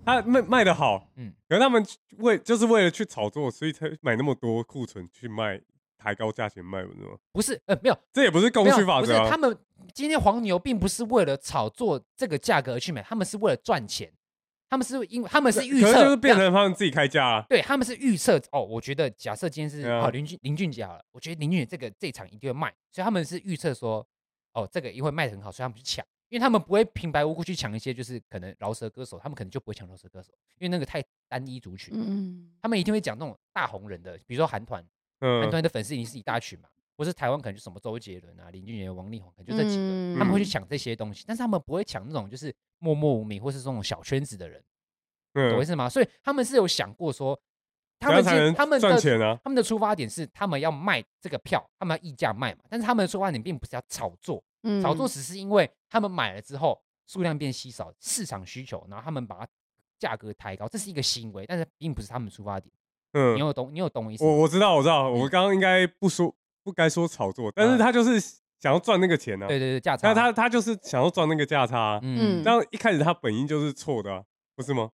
他卖卖的好，
嗯
可是他们为就是为了去炒作，所以才买那么多库存去卖，抬高价钱卖，不是吗？
不是，呃，没有，
这也不是供
没有
需法
不是
则啊
他。们今天黄牛并不是为了炒作这个价格而去买，他们是为了赚钱，他们是因为他们是预
可
测，
是就是变
这样
成他们自己开价啊。
对，他们是预测哦。我觉得假设今天是
对啊
好林俊林俊杰好了，我觉得林俊杰这个这一场一定会卖，所以他们是预测说哦这个因为卖得很好，所以他们去抢，因为他们不会平白无故去抢一些就是可能饶舌歌手，他们可能就不会抢饶舌歌手，因为那个太单一族群，
嗯，
他们一定会讲那种大红人的，比如说韩团，韩
嗯，
团的粉丝已经是一大群嘛，或是台湾可能就什么周杰伦啊、林俊杰、王力宏，可能就这几个，
嗯
他们会去抢这些东西，但是他们不会抢那种就是默默无名或是这种小圈子的人，懂我意
嗯，
思吗？所以他们是有想过说，他
然后
们
才
是
能
他们
赚
的
钱啊。
他们的出发点是他们要卖这个票，他们要溢价卖嘛，但是他们的出发点并不是要炒作，
嗯
炒作只是因为他们买了之后数量变稀少，市场需求，然后他们把它价格抬高，这是一个行为，但是并不是他们的出发点。你
嗯，
有懂？你有懂我意思吗？
我我知道，我知道，我刚刚应该不说不该说炒作，但
嗯
是他就是想要赚那个钱啊。
对对对，价差。
那他他就是想要赚那个价差啊。
嗯
这，样一开始他本应就是错的啊，不是吗？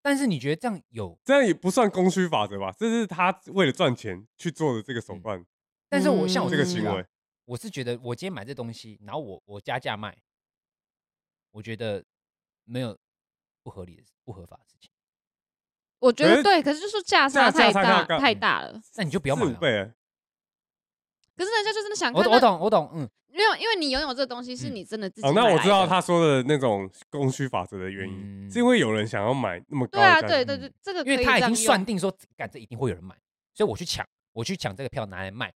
但是你觉得这样有？
这样也不算供需法则吧？这是他为了赚钱去做的这个手
嗯
段，
但是我像我
这
自
个
己
嗯行
啊
为。
我是觉得我今天买这东西，然后我我加价卖，我觉得没有不合理的事不合法的事情，
我觉
可
得
是
对，可是就是价
价
差
价
太
差
大
太高
太
嗯
大了。
那你就不
不
要买
四五
了。
倍欸，
可是人家就真的想
我
看
懂
那
我，懂我懂，嗯，
没有，因为你拥有这个东西是
嗯
你真的自己
哦，那
买
我
来
知道
的
他说的那种供需法则的原因，
嗯
是因为有人想要买那么高
对
的
啊，
价
对
钱，
对
嗯
对，这个
因
可
为
以
他已
这样
经
用
算定说，干这一定会有人买，所以我去抢，我去抢这个票拿来卖。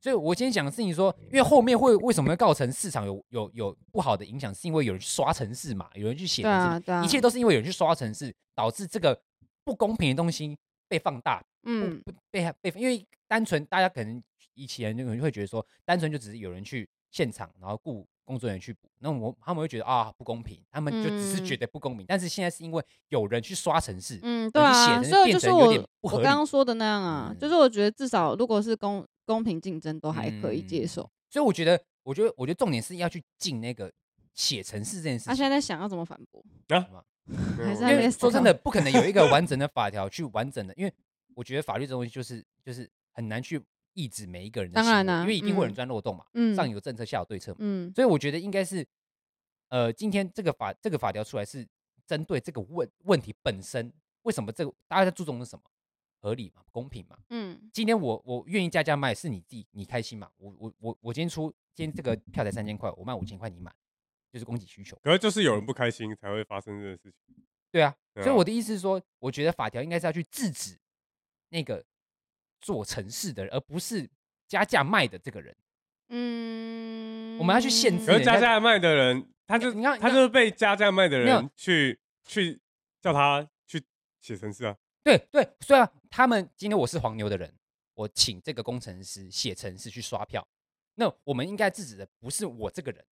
所以我今天讲的事情说，因为后面会为什么会造成市场有有有不好的影响，是因为有人去刷城市嘛，有人去写
对
城市
啊对啊，
一切都是因为有人去刷城市，导致这个不公平的东西被放大，
嗯
不被被因为单纯大家可能以前就可能会觉得说，单纯就只是有人去现场，然后雇工作人员去补，那我他们会觉得啊不公平，他们就只是觉
嗯
得不公平，但是现在是因为有人去刷城市，
嗯，
有
对
人去
啊，
写
所以
变
就是
成有点
我
不合
我
理嗯
刚刚说的那样啊，就是我觉得至少如果是公公平竞争，都还可以接
嗯
受。
所以我觉得，我觉得，我觉得重点是要去进那个写城市这件事情。
他啊现在在想要怎么反驳，
对
还
我
因
是在那
为
边
说
思
真
考
的，不可能有一个完整的法条去完整的，因为我觉得法律这东西就是就是很难去抑制每一个人的
当
行
然
为
啦
因为一定会有人
嗯
钻漏洞嘛，
嗯
上有政策，下有对策嘛，
嗯
所以我觉得应该是，呃，今天这个法这个法条出来是针对这个问问题本身，为什么这个大家在注重的是什么？合理嘛，公平嘛，
嗯
今天我我愿意加价卖，是你自己你开心嘛？我我我我今天出今天这个票才三千块，我卖五千块你买，就是供给需求。
可是就是有人不开心才会发生这个事情。
对啊，
对啊
所以我的意思是说，我觉得法条应该是要去制止那个做城市的人，而不是加价卖的这个人。
嗯，
我们要去限制
可
人
是
家
加价卖的人，他就
你看
他
你看
就是被加价卖的
没
人
有
去去叫他去写程式啊，
对对，虽然他们今天我是黄牛的人，我请这个工程师写程式去刷票，那我们应该制止的不是我这个人，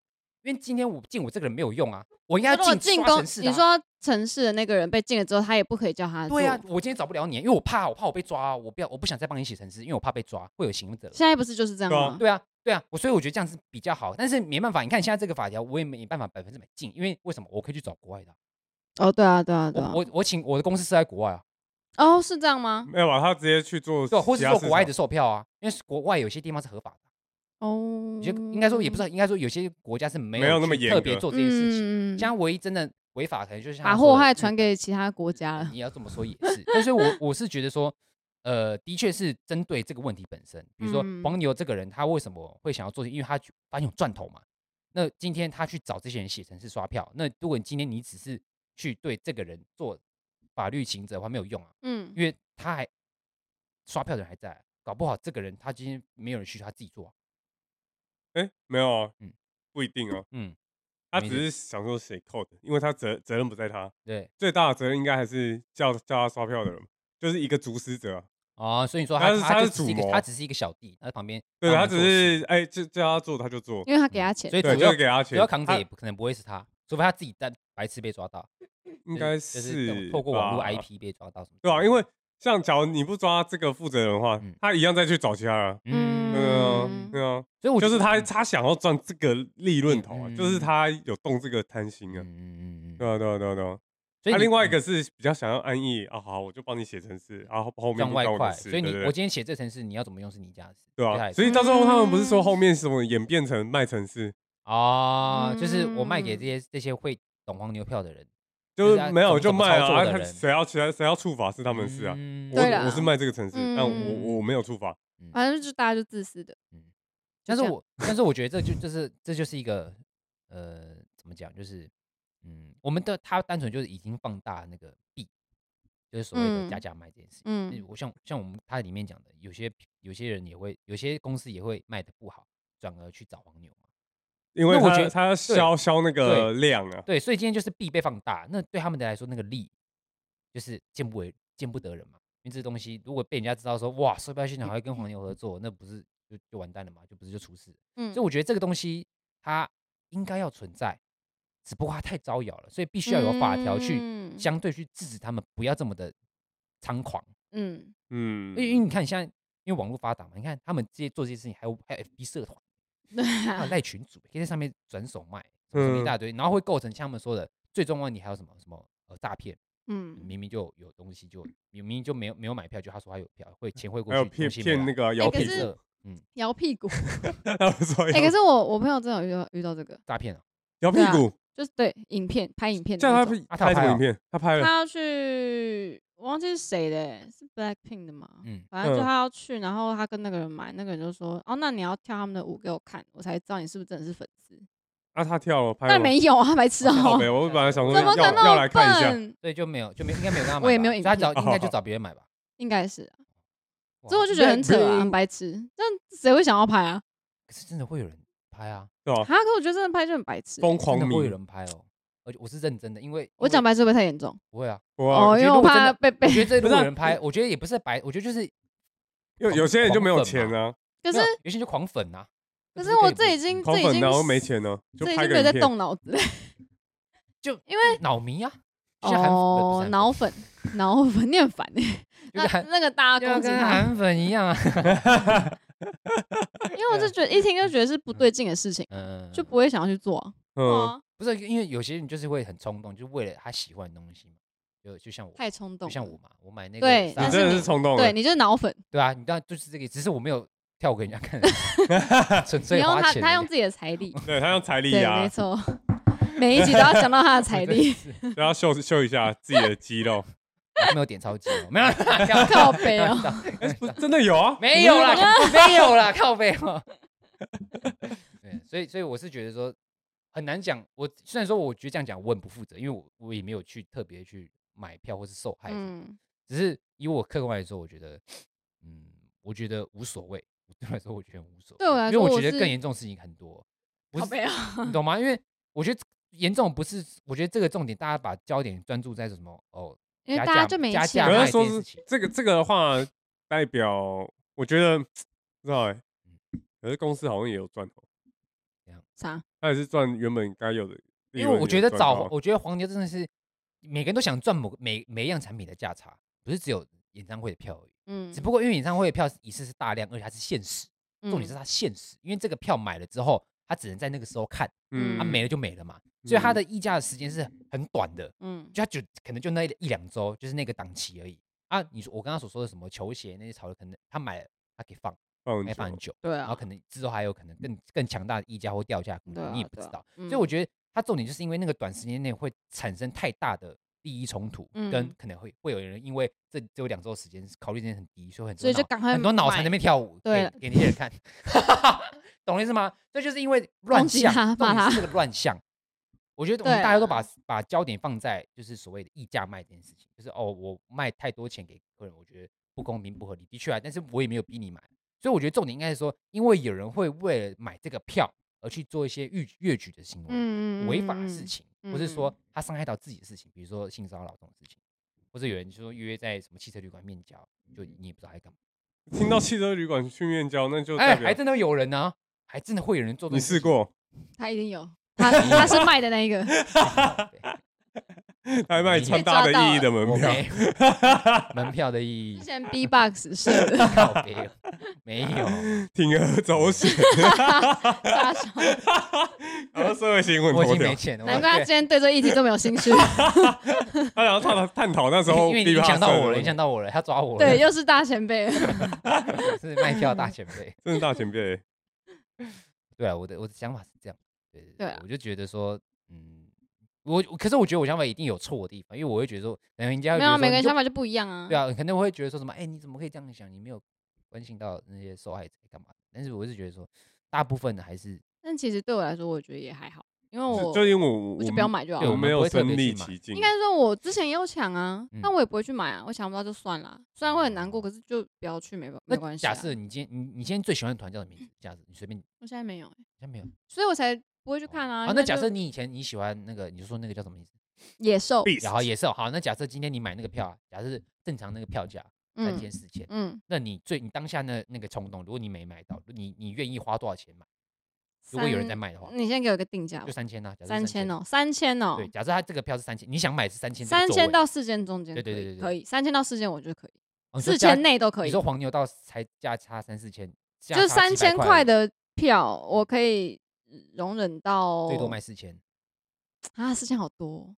因为今天我进我这个人没有用啊，我应该
如果
要
进
进
攻
攻，市、啊。
你说城市的那个人被禁了之后，他也不可以叫他
对啊呀、
做
我今天找不了你，因为我怕，我怕我被抓啊，我不要，我不想再帮你写程式，因为我怕被抓，会有刑责。
现在不是就是这样
对啊
吗？
对啊，对啊，我所以我觉得这样是比较好，但是没办法，你看现在这个法条，我也没办法百分之百禁，因为为什么？我可以去找国外的啊，
哦，对啊，对啊，对啊
我，我我请我的公司是在国外啊，
哦，是这样吗？
没有吧？他直接去做
对啊，或
其
是
他
说
市
国外
场
的售票啊，因为国外有些地方是合法的，啊
哦
有，些应该说也不
嗯
是，应该说有些国家是没
没有那么
去
严
特别
格
做这件事情，
嗯，嗯嗯
像唯一真的违法，可能就是像
把
他说
祸
的
害
日
传
本
给其他国家了。
你要这么说也是，但是我我是觉得说，呃，的确是针对这个问题本身，比如说
嗯
黄牛这个人，他为什么会想要做？因为他觉发现有赚头嘛。那今天他去找这些人写程式刷票，那如果你今天你只是去对这个人做法律刑责的话，没有用啊，
嗯
因为他还刷票的人还在啊，搞不好这个人他今天没有人需求，他自己做啊、
哎没有啊
嗯，
不一定哦，
嗯，
他
没
只
事
是想说谁扣的，因为他责责任不在他，
对
最大的责任应该还是叫叫他刷票的人，就是一个主使者啊，
啊、所以你说
他
他
是
他
他
就是只是一
主
个
谋
他只是一个小弟，他在旁边
对他
帮忙
只
哦做事
是哎就叫他做他就做，
因为他 给他钱
所，以
对，
主
就是
要
给他
主
钱，
要扛着
他
也不可能不会是他，除非他自己单白痴被抓到。
应
就
该
是就是这种透过
吧啊
网络 IP 被抓到什么之类的？
对啊，因为像假如你不抓这个负责人的话
嗯，
他一样再去找其他人啊，
嗯
对不对啊
嗯，
对啊，
所以我
就是
觉得
他他想要赚这个利润头啊，
嗯
就是他有动这个贪心啊，
嗯嗯嗯
对啊，对啊，对啊，对啊。
所以
他
你嗯
另外一个是比较想要安逸啊，好，我就帮你写成是，然后后面
赚
不
外
关我的
快，
事
所以你
对对对
我今天写这程式，你要怎么用是你家的事，
对
对他
啊，
来
所以到最后他们不是说
嗯
后面什么演变成卖城市，
啊，就是我卖给
嗯
这些这些会懂黄牛票的人，
就
就是他
是没有
怎
就
么怎么
卖
操作
啊，
的
他
人
谁要其他谁要触法是他们的事啊，
嗯
我
对啦
我是卖这个城市，但我
嗯
我没有触法，
反正就大家就自私的，
但是
这样
我，但是我觉得这就就是这就是一个呃，怎么讲，就是嗯，我们的他单纯就是已经放大那个弊，就是所谓的加
嗯
价卖这件事情。就是
嗯
我像像我们它里面讲的，有些有些人也会，有些公司也会卖的不好，转而去找黄牛嘛。
因为
那我觉
他
得
他消消那个量啊，
对，所以今天就是弊被放大，那对他们的来说，那个利就是见不为见不得人嘛。因为这东西如果被人家知道说，哇，售票系统还会跟黄牛合作，那不是就就完蛋了嘛？就不是就出事了
嗯，
所以我觉得这个东西它应该要存在，只不过它太招摇了，所以必须要有法条去
嗯
相对去制止他们不要这么的猖狂。
嗯
嗯
因，为因为你看现在，因为网络发达嘛，你看他们这些做这些事情，还有还有 FB 社团，
对啊嗯
还有赖群主，可以在上面转手卖什么什么一大堆，然后会构成像他们说的，最终问题还有什么什么呃诈骗，
嗯
明明就有东西就明明就没有没有买票，就他说他有票，
嗯
会钱会过
还有
去，
骗
东西没有啊
骗那
来
个摇
哎可
屁
是
股，
这嗯
摇 屁股，
他们说
哎、可是我我朋友真的有遇到遇到这个，
诈骗啊，
摇屁股，
就是对影片拍影片的
叫
那
他
种，
啊
拍
他
什
有拍
么
哦
影片？他拍
他
了，
要去，我忘记是谁的欸、是 Blackpink 的嘛，
嗯
反正就
嗯
他要去，然后他跟那个人买，那个人就说，哦，那你要跳他们的舞给我看，我才知道你是不是真的是粉丝。
啊，他跳了，拍了
但
吗
没有啊，白痴哦、
靠北我本来想说
怎
要
么可能
要来看一
那
下，
么笨？
所以就没有就没应该没有跟他买吧，
我也没有
所以
影
他找
片
应该就找别人买吧。
应该是啊，
哇
所以我就觉得很扯
对
啊，很白痴。但谁会想要拍啊？
可是真的会有人拍啊，
对
啊，
吧？
可我觉得真的拍就很白痴欸、
疯
真
狂
的
迷
会有，人拍哦，而且我是认真的，因为
我讲
白
白痴会不会太严重？
不会啊，
哇
哦，因为
如
我
果真
怕
的
被
我
被。
觉得这 如果有
不是啊
人拍，我觉得也不是白，我觉得就是
有有些人就没有钱
啊，
啊，
可是
没有有些人就狂粉啊。
可
那
是
不
我
跟
这
你
已
不
经
狂
这已
粉
经
然后没
是
钱呢，就
这已
拍个
经没有在
影片。
动脑子了。
就
因为
脑迷啊，就像韩粉不
哦
是，韩
脑粉，脑粉，念反哎、
粉就
那
跟韩
那个大
就
家攻击
跟
他，
韩粉一样啊。
因为我就觉得一听就觉得是不对劲的事情，
嗯，哦
就不会想要去做啊。
呃
嗯，
哇
不是因为有些人就是会很冲动，就为了他喜欢的东西嘛。就就像我，
太冲
就
动了，
像我嘛，我买那个
对
沙
你
但
拉
是
真的
你
是冲动了
对，，你就是脑粉，
对啊，你当然就是这个，只是我没有跳给人家看， 纯
你
粹
用
花
他
钱而已啊。
他用自己的财力，
对他用财力
对，
啊
没，错，每一集都要想到他的财 力，
然后秀秀一下自己的肌肉，
我没有点超级哦，没 有啦，
靠 背哦
开玩笑
哎，不是真的有啊，
没有啦，没有啦，靠背哦。 对，所以所以我是觉得说很难讲。我虽然说我觉得这样讲我很不负责，因为我我也没有去特别去买票或是受害什么，
嗯，
只是以我客观来说，我觉得，嗯，我觉得无所谓。对我来说，我觉得无所谓。
对我来
因为
说
我
我
觉得
是
更严重的事情很多，不
靠
是
背啊，
你懂吗？因为我觉得严重不是，我觉得这个重点大家把焦点专注在什么哦，
因为
加
大家
价
就没
加
钱
价
可
卖
啊
是，
这
说
件
是
事情
这个这个的话，代表我觉得不知道哎，可是公司好像也有赚头，
啥？
他也是赚原本该有的利润也有
因
赚到啊。
为我觉得找，我觉得黄牛真的是每个人都想赚某个每每一样产品的价差，不是只有演唱会的票而已。
嗯
只，不过因为演唱会的票一次是大量，而且它是限时，重点是
嗯
它限时，因为这个票买了之后，它只能在那个时候看，
嗯，
它
啊
没了就没了嘛，所以它的溢价的时间是很短的，
嗯，
就它就可能就那一两周，就是那个档期而已。啊，你说我刚刚所说的什么球鞋那些潮流，可能他买了，他可以放，
放
可以放很
久，
久，
对
然后
啊，
可能之后还有可能更更强大的溢价或掉价，
对
你也
啊
不
对
知
啊
道。
嗯
所以我觉得它重点就是因为那个短时间内会产生太大的利益冲突，跟
嗯
可能会会有人因为这只有两周时间，考虑时间很低，所以很多
所以就
脑
赶快
很多脑残在
买
那边跳舞，
对
给，给那些人看， 懂意思吗？这就是因为乱
攻击
象，
他
重
骂
点是
他
这个乱象。我觉得我们
对
大家都
啊
把把焦点放在就是所谓的溢价卖这件事情，就是哦，我卖太多钱给客人，我觉得不公平不合理，的确啊，但是我也没有逼你买，所以我觉得重点应该是说，因为有人会为了买这个票而去做一些逾越矩的行为，
嗯，嗯
违法的事，情，
嗯
或是说
嗯
他伤害到自己的事情，比如说性骚扰这种事情，或者有人说约在什么汽车旅馆面交，就你也不知道他在干嘛。
听到汽车旅馆训练教，那就
哎，
代
还
表
真的有人呢、还真的会有人做。
嗯
你试？过，
嗯他一定有，他他是卖的那一个，
对
他还卖你穿大的意义的门
我
票，
没门票的意义
之，前 B box 是的
靠北哦没有，
铤而走险，
大小，
然后社会新闻
我已
头
经
条
没，钱了。
难怪他
对
今天对这议题这么有 兴趣。
他想要探探讨那时候
因为你影响到我了，影
真
响到我了，他抓我了，
对，， 又是大前辈，
是卖票大前辈。
是大前辈。
对啊，我的我的想法是这样，对对
对啊
我就觉得说，嗯，我可是我觉得我想法一定有错的地方，因为我会觉得说，可能人家会
没
觉
有啊
得说
每
你
个人
就
想法就不一样啊。
对，啊，可能我会觉得说什么，哎、你怎么可以这样想？你没有关心到那些受害者干嘛？但是我是觉得说，大部分的还是
但其实对我来说，我觉得也还好，因为
就
我
就因为我
我就不要，买就
我
好
们我没
对我
了。
们
有
不会特
身
别
历
去买
其境，
应该说，我之前也有抢啊，
嗯
但我也不会去买啊，我抢不到就算啦。虽然会很难过，可是就不要去，没没
那
关系
假
啊。
设你今天你你今天最喜欢的团叫什么名字？假设你随便，好
我现在没有欸，
像没有
所以我才不会去看啊。
好，
因
哦那
为
假
就
设你以前你喜欢那个，你就说那个叫什么名字？
野兽，
Beast
然后也是哦好，那假设今天你买那个票啊，假设正常那个票价三
嗯
千四千，
嗯，
那你最你当下那那个冲动，如果你没买到，你你愿意花多少钱买？如
三
果有人在卖的话，
你先给我一个定价吧
就，三千呐，啊假设
三
千
千，哦，三千哦，
对，假设他这个票是三千，你想买是三千，
三千到四千中间可
对
以，
对对对对
可以，三千到四千我觉得可以，
哦你说
四
加
千内都可
你
以，
说
就
黄牛到才价差三四千，价
是
差
三
几百
千块
而已，
的票，我可以容忍到
最多卖四千。
啊，四千好多哦，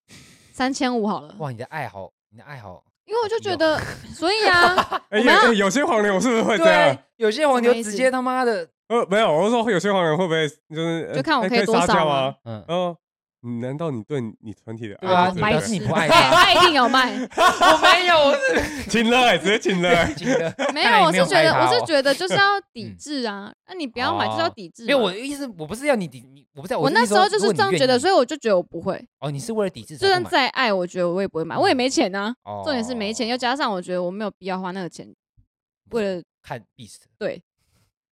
三千五好了，
哇，你的爱好，你的爱好，
因为我就
有
觉得，所以啊，
哎，
我们要
有有些黄牛是不是会
啊
这样？，
有些黄
什么
牛
意
直
思
接他妈的，
呃，没有，我是说有些黄牛会不会就是呃
就看我
哎
可以多
撒
少
娇
啊
啊？
嗯，
哦，你难道你对你团体的
对啊
爱就是
你表示你
白痴，
不
对
爱他
哎他一定 有卖，
我没有，我是
亲热哎，直接亲热哎，
觉得
没
看来
有，
你没
我是
有
觉
爱
得，
他
我
哦
是 觉得就是要抵
嗯
制啊，那你不要买就是要
哦
抵制嘛，啊
没有我的意思，我不是要你抵你，我不是要
我那时候就是这样觉得，所
以
以我就觉得我不会，
哦，你是为了抵制才不
就
买，
算再爱，我觉得我也不会买，我也没钱啊。
哦
重点是没钱，又加上我觉得我没有必要花那个钱，为了
看 Beast，
对，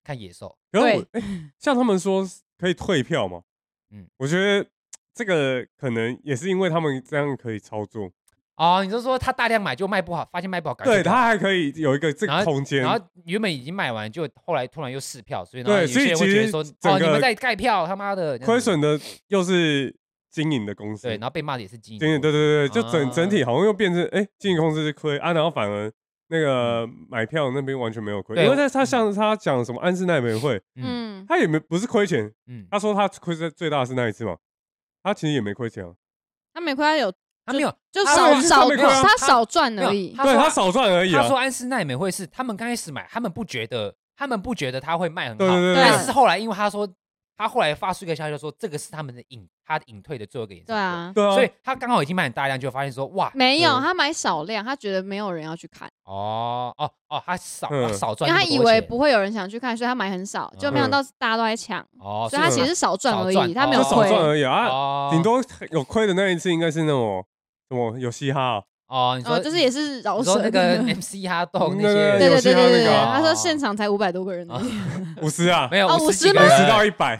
看野兽，
然后我哎，像他们说可以退票嘛，嗯
嗯，
我觉得这个可能也是因为他们这样可以操作，
哦，你就说他大量买就卖不好，发现卖不好，赶快
对
退票
他还可以有一个这
然
个
后
空间
然，后原本已经卖完，就后来突然又试票，所以然
对
后有
所以
些人会
其
觉得
实
说，
整
哦，你
个
们在盖票，他妈的
亏，损的又是经营的公司
这样子对，，然后被骂的也是经
经营对对对，就整整
啊
体好像又变成哎，经营公司是亏啊，然后反而。那个买票那边完全没有亏，
嗯对
因为他他
嗯
像他讲什么安室奈美惠，
嗯
嗯，
他也没不是亏钱，
嗯，
他说他亏最最大的是那一次嘛，他其实也没亏钱啊，
他每块有
他没有，
就
他
少
没
少
他没亏啊
他少赚
没有
而已，
他
对
说
他少赚而已
他
啊
说。安室奈美惠是他们刚开始买，他们不觉得，他们不觉得他会卖很好，
对对对
对
但是后来因为他说，他后来发出一个消息说，这个是他们的隐他的隐退的最后一个演唱
对
会，
对
啊，
啊，
所以他刚好已经卖很大量，就发现说哇，
没有
对
他买少量，他觉得没有人要去看，
哦哦哦，他少
嗯
他少
因
赚
为
那
他
么多钱，
以为不会有人想去看，所以他买很少，就没想到大家都在抢，
哦，
所以他
是
其实是少赚
少
而已，
赚
他没有
就少
亏
赚，而已啊，
哦
顶多有亏的那一次应该是那种什么有嘻哈啊，
哦，你
哦，
说
就是也是饶
你
舌
说那
的，
个 MC 哈豆 那
嗯那个
些，
对
有
对
嘻
对对
哈那
对对，
个
啊
他说现场才五百多个人而 已，
五十啊，
没有
哦
50几
50
个
吗
五
人
十到一百，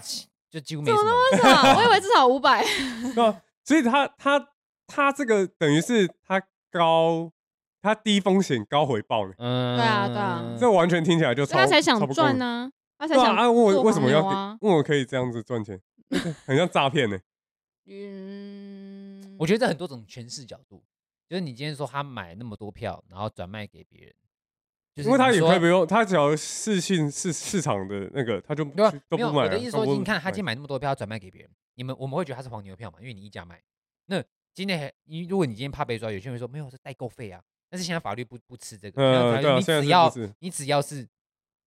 就几乎没什么人。
为什么？啊我以为至少五百，
对吧？所以他他他这个等于是他高他低风险高回报呢，
嗯
对啊对啊
这完全听起来就
所
超
以他才
超
想
不
赚
公平
呢，他才
对
想
啊，啊问我
做
为什么
黄
要
牛
给
啊
问我可以这样子 赚钱，很像诈骗呢。
嗯，
我觉得这很多种诠释角度，就是你今天说他买那么多票，然后转卖给别人，就是
因为他
你
也
说
可以不用，他只要市性市市场的那个，他就
对吧
去？都
没有，
不买
我
了。
的意思
都
说，
不
你看他
买
今天买那么多票，他转卖给别人，你们我们会觉得他是黄牛票嘛？因为你溢价卖。那今天还你，如果你今天怕被抓，有些人会说没有是代购费啊，但是现在法律不不吃这个，现在
嗯
法律
对啊
你
现在
只
是
要
不吃
你只要是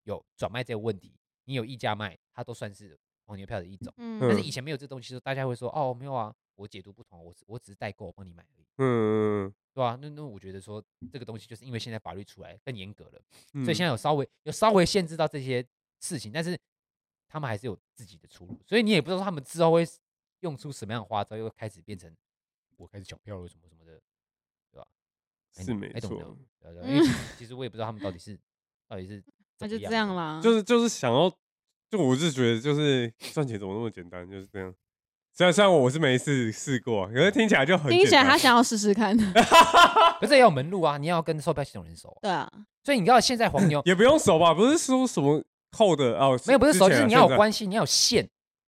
有转卖这个问题，你有溢价卖，它都算是黄牛票的一种。但是
嗯
嗯
以前没有这东西的时候，大家会说哦没有啊，我解读不同，我只我只是代购，我帮你买而已，
嗯，嗯
对吧、那那我觉得说这个东西就是因为现在法律出来更严格了，
嗯
所以现在有稍微有稍微限制到这些事情，但是他们还是有自己的出路，所以你也不知道他们之后会用出什么样的花招，又开始变成我开始抢票了什么什么的，对吧？I
是
don't-
没
I don't
错嗯
know，对啊对啊因为其其实我也不知道他们到底是到底是
那
怎
就
么
这样
的。
啦，
就是就是想要，就我是觉得就是赚钱怎么那么简单，就是这样。虽然虽然我是没试试过啊，可是听起来就很
听起来
简单
他想要试试看，
可是也有门路啊，你要跟售票系统人熟啊、
对啊，
所以你知道现在黄牛
也不用熟吧？不是说什么扣的哦，
没有不是熟，
之前
就
啊
是你要
现在
有关系，你要有线，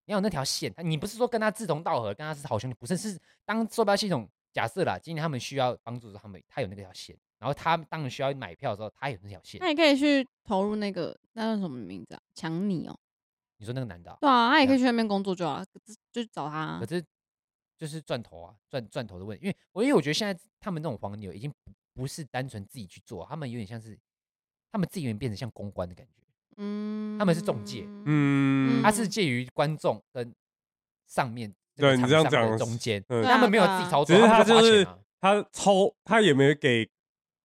你要有那条线。你不是说跟他志同道合，跟他是好兄弟，不是是当售票系统假设啦，今天他们需要帮助的时候，他们他有那条线，然后他当然需要买票的时候，他有那条线
那。也可以去投入那个那叫什么名字啊？强尼哦，
你说那个男的啊、
对啊，他也可
对啊
以去那边工作就好了，就就找他啊、
可是就是赚头啊，赚赚头的问题。因为我因为我觉得现在他们那种黄牛已经不不是单纯自己去做，他们有点像是他们自己有点变成像公关的感觉，
嗯，
他们是中介
嗯
他是介于观众跟上面这
对
个
你
厂
这样
商的
讲
中间，
嗯
对啊
他们没有自己操
只
作，
是
他
他
们就
就
花
是
钱啊，
他抽，他也没有给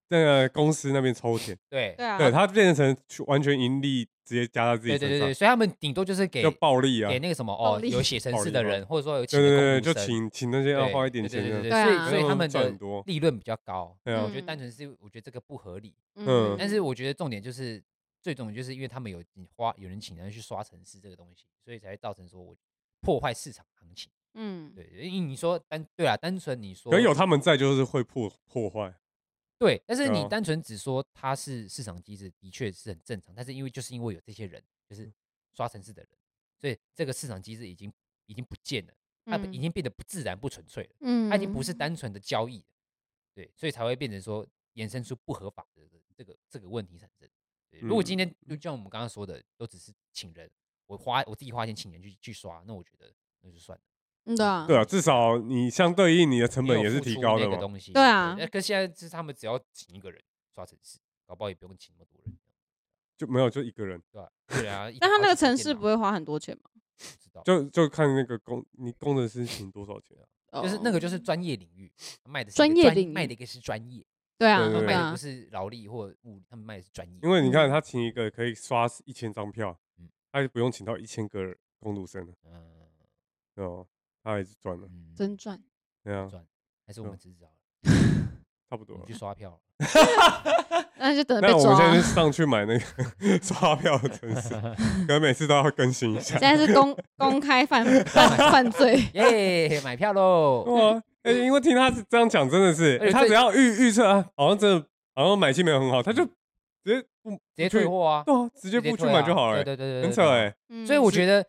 那个公司那边抽钱，
对
对啊，
对他变成完全盈利，直接加到自己
对
身
对对对，
上，
所以他们顶多就是给
就暴利啊，
给
对
那个什么
暴
哦，
利
有写程
暴
式
利
的
嘛
人，或者说有请的
对对，就
公务生
请请那些要
对
花一点钱
对对
的，
对对所以
对啊
所以他们
赚
的
很多，
利润比较高。
对啊
我觉得
嗯
单纯是我觉得这个不合理，
嗯
但是我觉得重点就是最重点就是因为他们有你花有人请人去刷城市这个东西，所以才会造成说我破坏市场行情。
嗯，
对，因为你说单对啊，单纯你说
可有他们在就是会破破坏，
对，但是
对
哦
你
啊
单纯只说它是市场机制，的确是很正常。但是因为就是因为有这些人，就是
嗯
刷城市的人，所以这个市场机制已经已经不见了，它
嗯
已经变得不自然、不纯粹了。
嗯，
它已经不是单纯的交易了，对，所以才会变成说衍生出不合法的这个这个问题产生。对如
嗯
果今天就像我们刚刚说的，都只是请人，我花我自己花钱请人去去刷，那我觉得那就算了，
嗯，对啊，
对啊，至少你相对应你的成
因
本
为
也
我
是
付
提
出
高
那
的
个
嘛，
东西。
对啊
那可是现在就是他们只要请一个人刷城市，搞不好也不用请那么多人，
就没有就一个人，
对吧、对啊，一
但他
好
那个
几台
城
电
市
脑
不会花很多钱嘛？
不知道，
就就看那个工你工程师请多少钱啊，
就是那
哦
个就是专业领域卖的是一
专
个
业
专
领
卖
域
的一个是专业，
对啊，
对
他
对
们
对
卖的
啊
不，是劳力或物力，他们卖的是专业。
因为你看他请一个可以刷一千张票
嗯，
他就不用请到一千个工读生了，
嗯
哦，他还是赚了，
嗯
真赚，
对啊，
赚，还是我
嗯
们辞职好了，
差不多
我
了
们去。刷票。
那就等
那
着被
我们
抓
现在
啊。
就上去买那个 刷票的城 市，可能每次都要更新一下
现。在是公公开犯犯犯罪，
耶，买票 喽！
哇，哎、因为听他这样讲，真的是、
而且
欸他
最
只要预预测啊，好像真的好像买气没有很好，他就直接不
直接
去
退货啊，
对啊，直接
直接
不去
退
买
啊
就好了、
对对对对，
很
对
扯哎、。
嗯
所以我觉得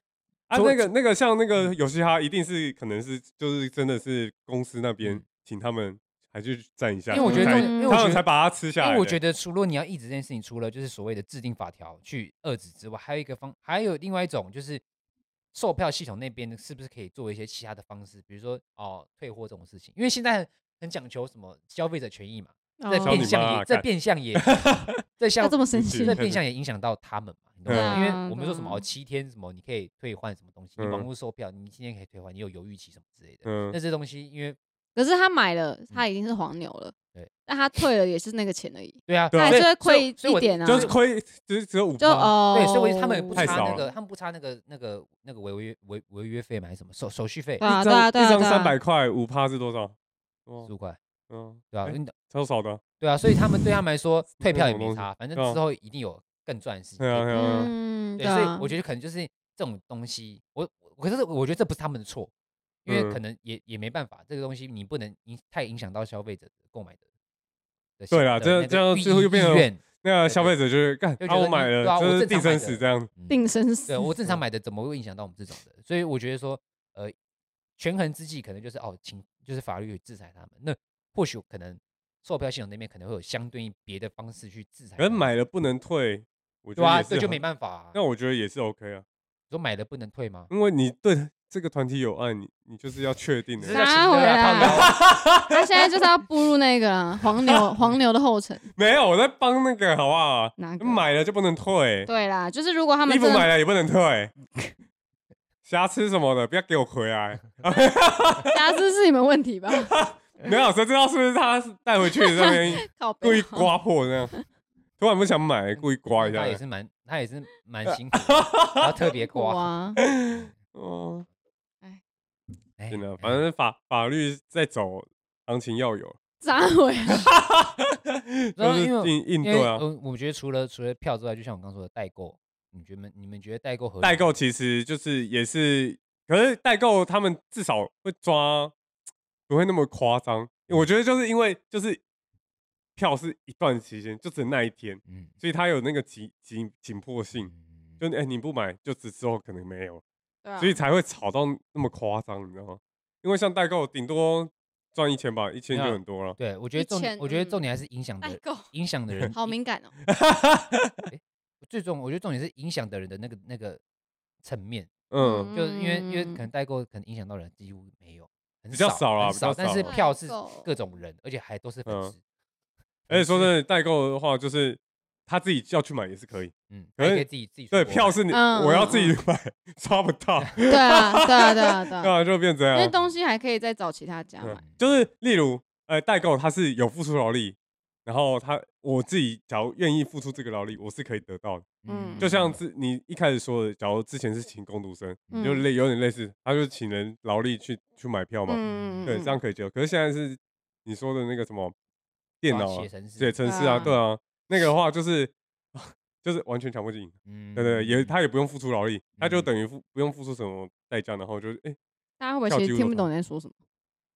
啊，
除嗯
那个那个像那个游戏哈，一定是可能是就是真的是公司那边
嗯
请他们还去站一下，
因为我觉得
才
重
嗯
点，因为我
他
觉
们才
得。
把它吃下
因
来的。
为哎我觉得，除了你要抑制这件事情，除了就是所谓的制定法条去遏制之外，还有一个方，还有另外一种就是售票系统那边是不是可以做一些其他的方式，比如说哦退货这种事情，因为现在很讲求什么消费者权益嘛，
嗯
这
哦
变
你妈
相
啊
也这
干
变 相也这
要
像
这么生气
这，变相也影响到他们嘛，你懂
对
吗？
啊
因为
对
我们说什么
啊
哦，七天什么你可以退换什么东西，你网
嗯
络售票你今天可以退换，你有犹豫期什么之类的。
嗯
那，这东西因为
可是他买了，他已经是黄牛了，
对，
但他退了也是那个钱而已，
对啊，
对啊
他
所
还
以
是会
所以
亏
所以
一
我
点啊，
就是亏，只只有五
就
趴，
哦，
对，所以我他们也不
太
差
少
那
了
个，他们不差那个那个那个违约违违约费嘛，还是什么手手续费
对啊
一
对
张
啊对啊
一张
对啊
三百块，五趴是多少？
十
哦，
五块，
嗯，
对吧、
哎
你懂
超少的啊。
对啊，所以他们对他们来说退票也
什么
没
东西
差，反正
对啊
之后一定有更赚的事情可
对
以
啊，
做。
对啊，
嗯，
对，
啊
所以我觉得可能就是这种东西，我我可是我觉得这不是他们的错，因为可
嗯
能也也没办法，这个东西你不能影太影响到消费者的购买的
对
的想
啦
的
这样
那
这
个
样
意
最后就
意
变成
愿
那
对
个消
对
费者就是干，
就
啊，
觉得
我买
嗯对
了，
啊我
这是
正
定
常
生
买
死
的
这样。
嗯
定生死
对，我正常买的怎么会影响到我们这种的？所以我觉得说，呃，权衡之计可能就是哦，请就是法律制裁他们。那或许可能售票系统那边可能会有相对应别的方式去制裁他
可是
们。
买了不能退，我觉
对啊，
得
这就没
法。
办法、啊。
那我觉得也是 OK 啊，
你说买了不能退吗？
因为你对这个团体有爱，你你就是要确定的
这。叫
拿
行为
回
啊
来
靠腰
他现在就是要步入那个啦 黄牛黄牛的后尘，
没有，我在帮那个好不好？
哪个？
买了就不能退，
啊
对啦，就是如果他们
衣服
真
买
的
了也不能 退，瑕疵什么的不要给我回 来。
瑕疵是你们问题吧，
没有，谁知道是不是他带回去的那 边
靠
故
背
意
啊
刮破这样？突然不想买，故意刮一下
他。也是蛮，他 也是蛮辛苦的，然后特别刮。
哇，
哦，
哎
真的，啊
哎
反正法法律在走，行情要有，
砸回来，
就
然后
是
因为我
应应
因
对
为
啊。
呃我觉得除了除了票之外，就像我刚说的代购，你觉得你们觉得代购合理
代购
吗
其实就是也是，可是代购他们至少会抓，不会那么夸张。
嗯
我觉得就是因为就是票是一段期间，就只那一天，
嗯，
所以它有那个紧紧紧迫性。
嗯
就哎、你不买，就只之后可能没有，
对啊
所以才会炒到那么夸张，你知道吗？因为像代购，顶多赚一千吧，一千就很多了。
对，我觉得重点，
1000
我觉得
嗯
重点还是影响
代
的
购，
影响的人
好敏感哦，
最重，我觉得重点是影响的人的那个那个层面，
嗯，
就是因为因为可
嗯
能代购可能影响到人几乎没有，很
比较少啦
很
比较
少，但
少
是
啦
票是
代购
各种人，而且还都是粉
嗯
丝。
而
嗯
且说真
的，
的，代购的话，就是他自己要去买也是可以。
嗯，
可
还
是
可以自己自己出
对，
国
票
买
是你
嗯
我要自己买， 抓不到，
对啊，对啊，对啊，对
对
啊，
啊，就变这
因为
样。
东西还可以再找其他家
嗯
买，
就是例如，呃，代购他是有付出劳力，然后他我自己假如愿意付出这个劳力，我是可以得到的。
嗯
就像之你一开始说的，假如之前是请工读生，
嗯
就类有点类似，他就请人劳力去去买票嘛，
嗯，
对，这样可以接受。可是现在是你说的那个什么电脑啊
写程式
写程式啊，
对啊
对啊，那个的话就是 就是完全强迫经营，
嗯
对对，也他也不用付出劳力，他就
嗯
等于付不用付出什么代价，然后就是哎，
大家会不会
跳
其
几
实
乎
听不
都
懂你在说什么？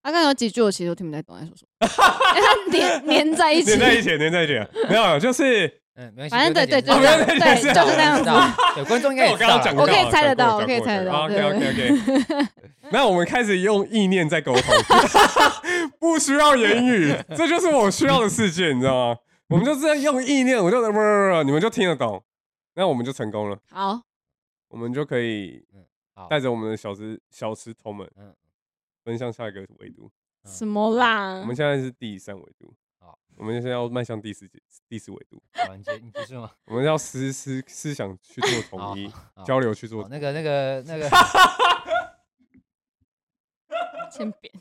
他刚刚有几句我其实都听不太懂在说什么，因为它粘粘在一起
连，在一起，连在一起，没有， 就是
嗯，没关系，
反正对对
不
对
用再解
对对
释我知道
就是
那样子
我知道对，观众应该也
哎我刚刚
知道
讲过
啦
我可以
了
猜得到
讲过
我可以猜得
讲
到
过了 OK OK OK。那我们开始用意念在沟通， 不需要言语，这就是我需要的世界，你知道吗？我们就是在用意念，我就 你们就听得懂，那我们就成功了，
好，
我们就可以
嗯好
带着我们的小石小石头们
嗯，
奔向下一个维度。
嗯
什么
我
啦？
们现在是第三维度
好，
我们现在要迈向第四第四维度，
好你结你结束吗？
我们要思思思想去做
好
统一，
好
交流去做
好那个那个那个
欠扁，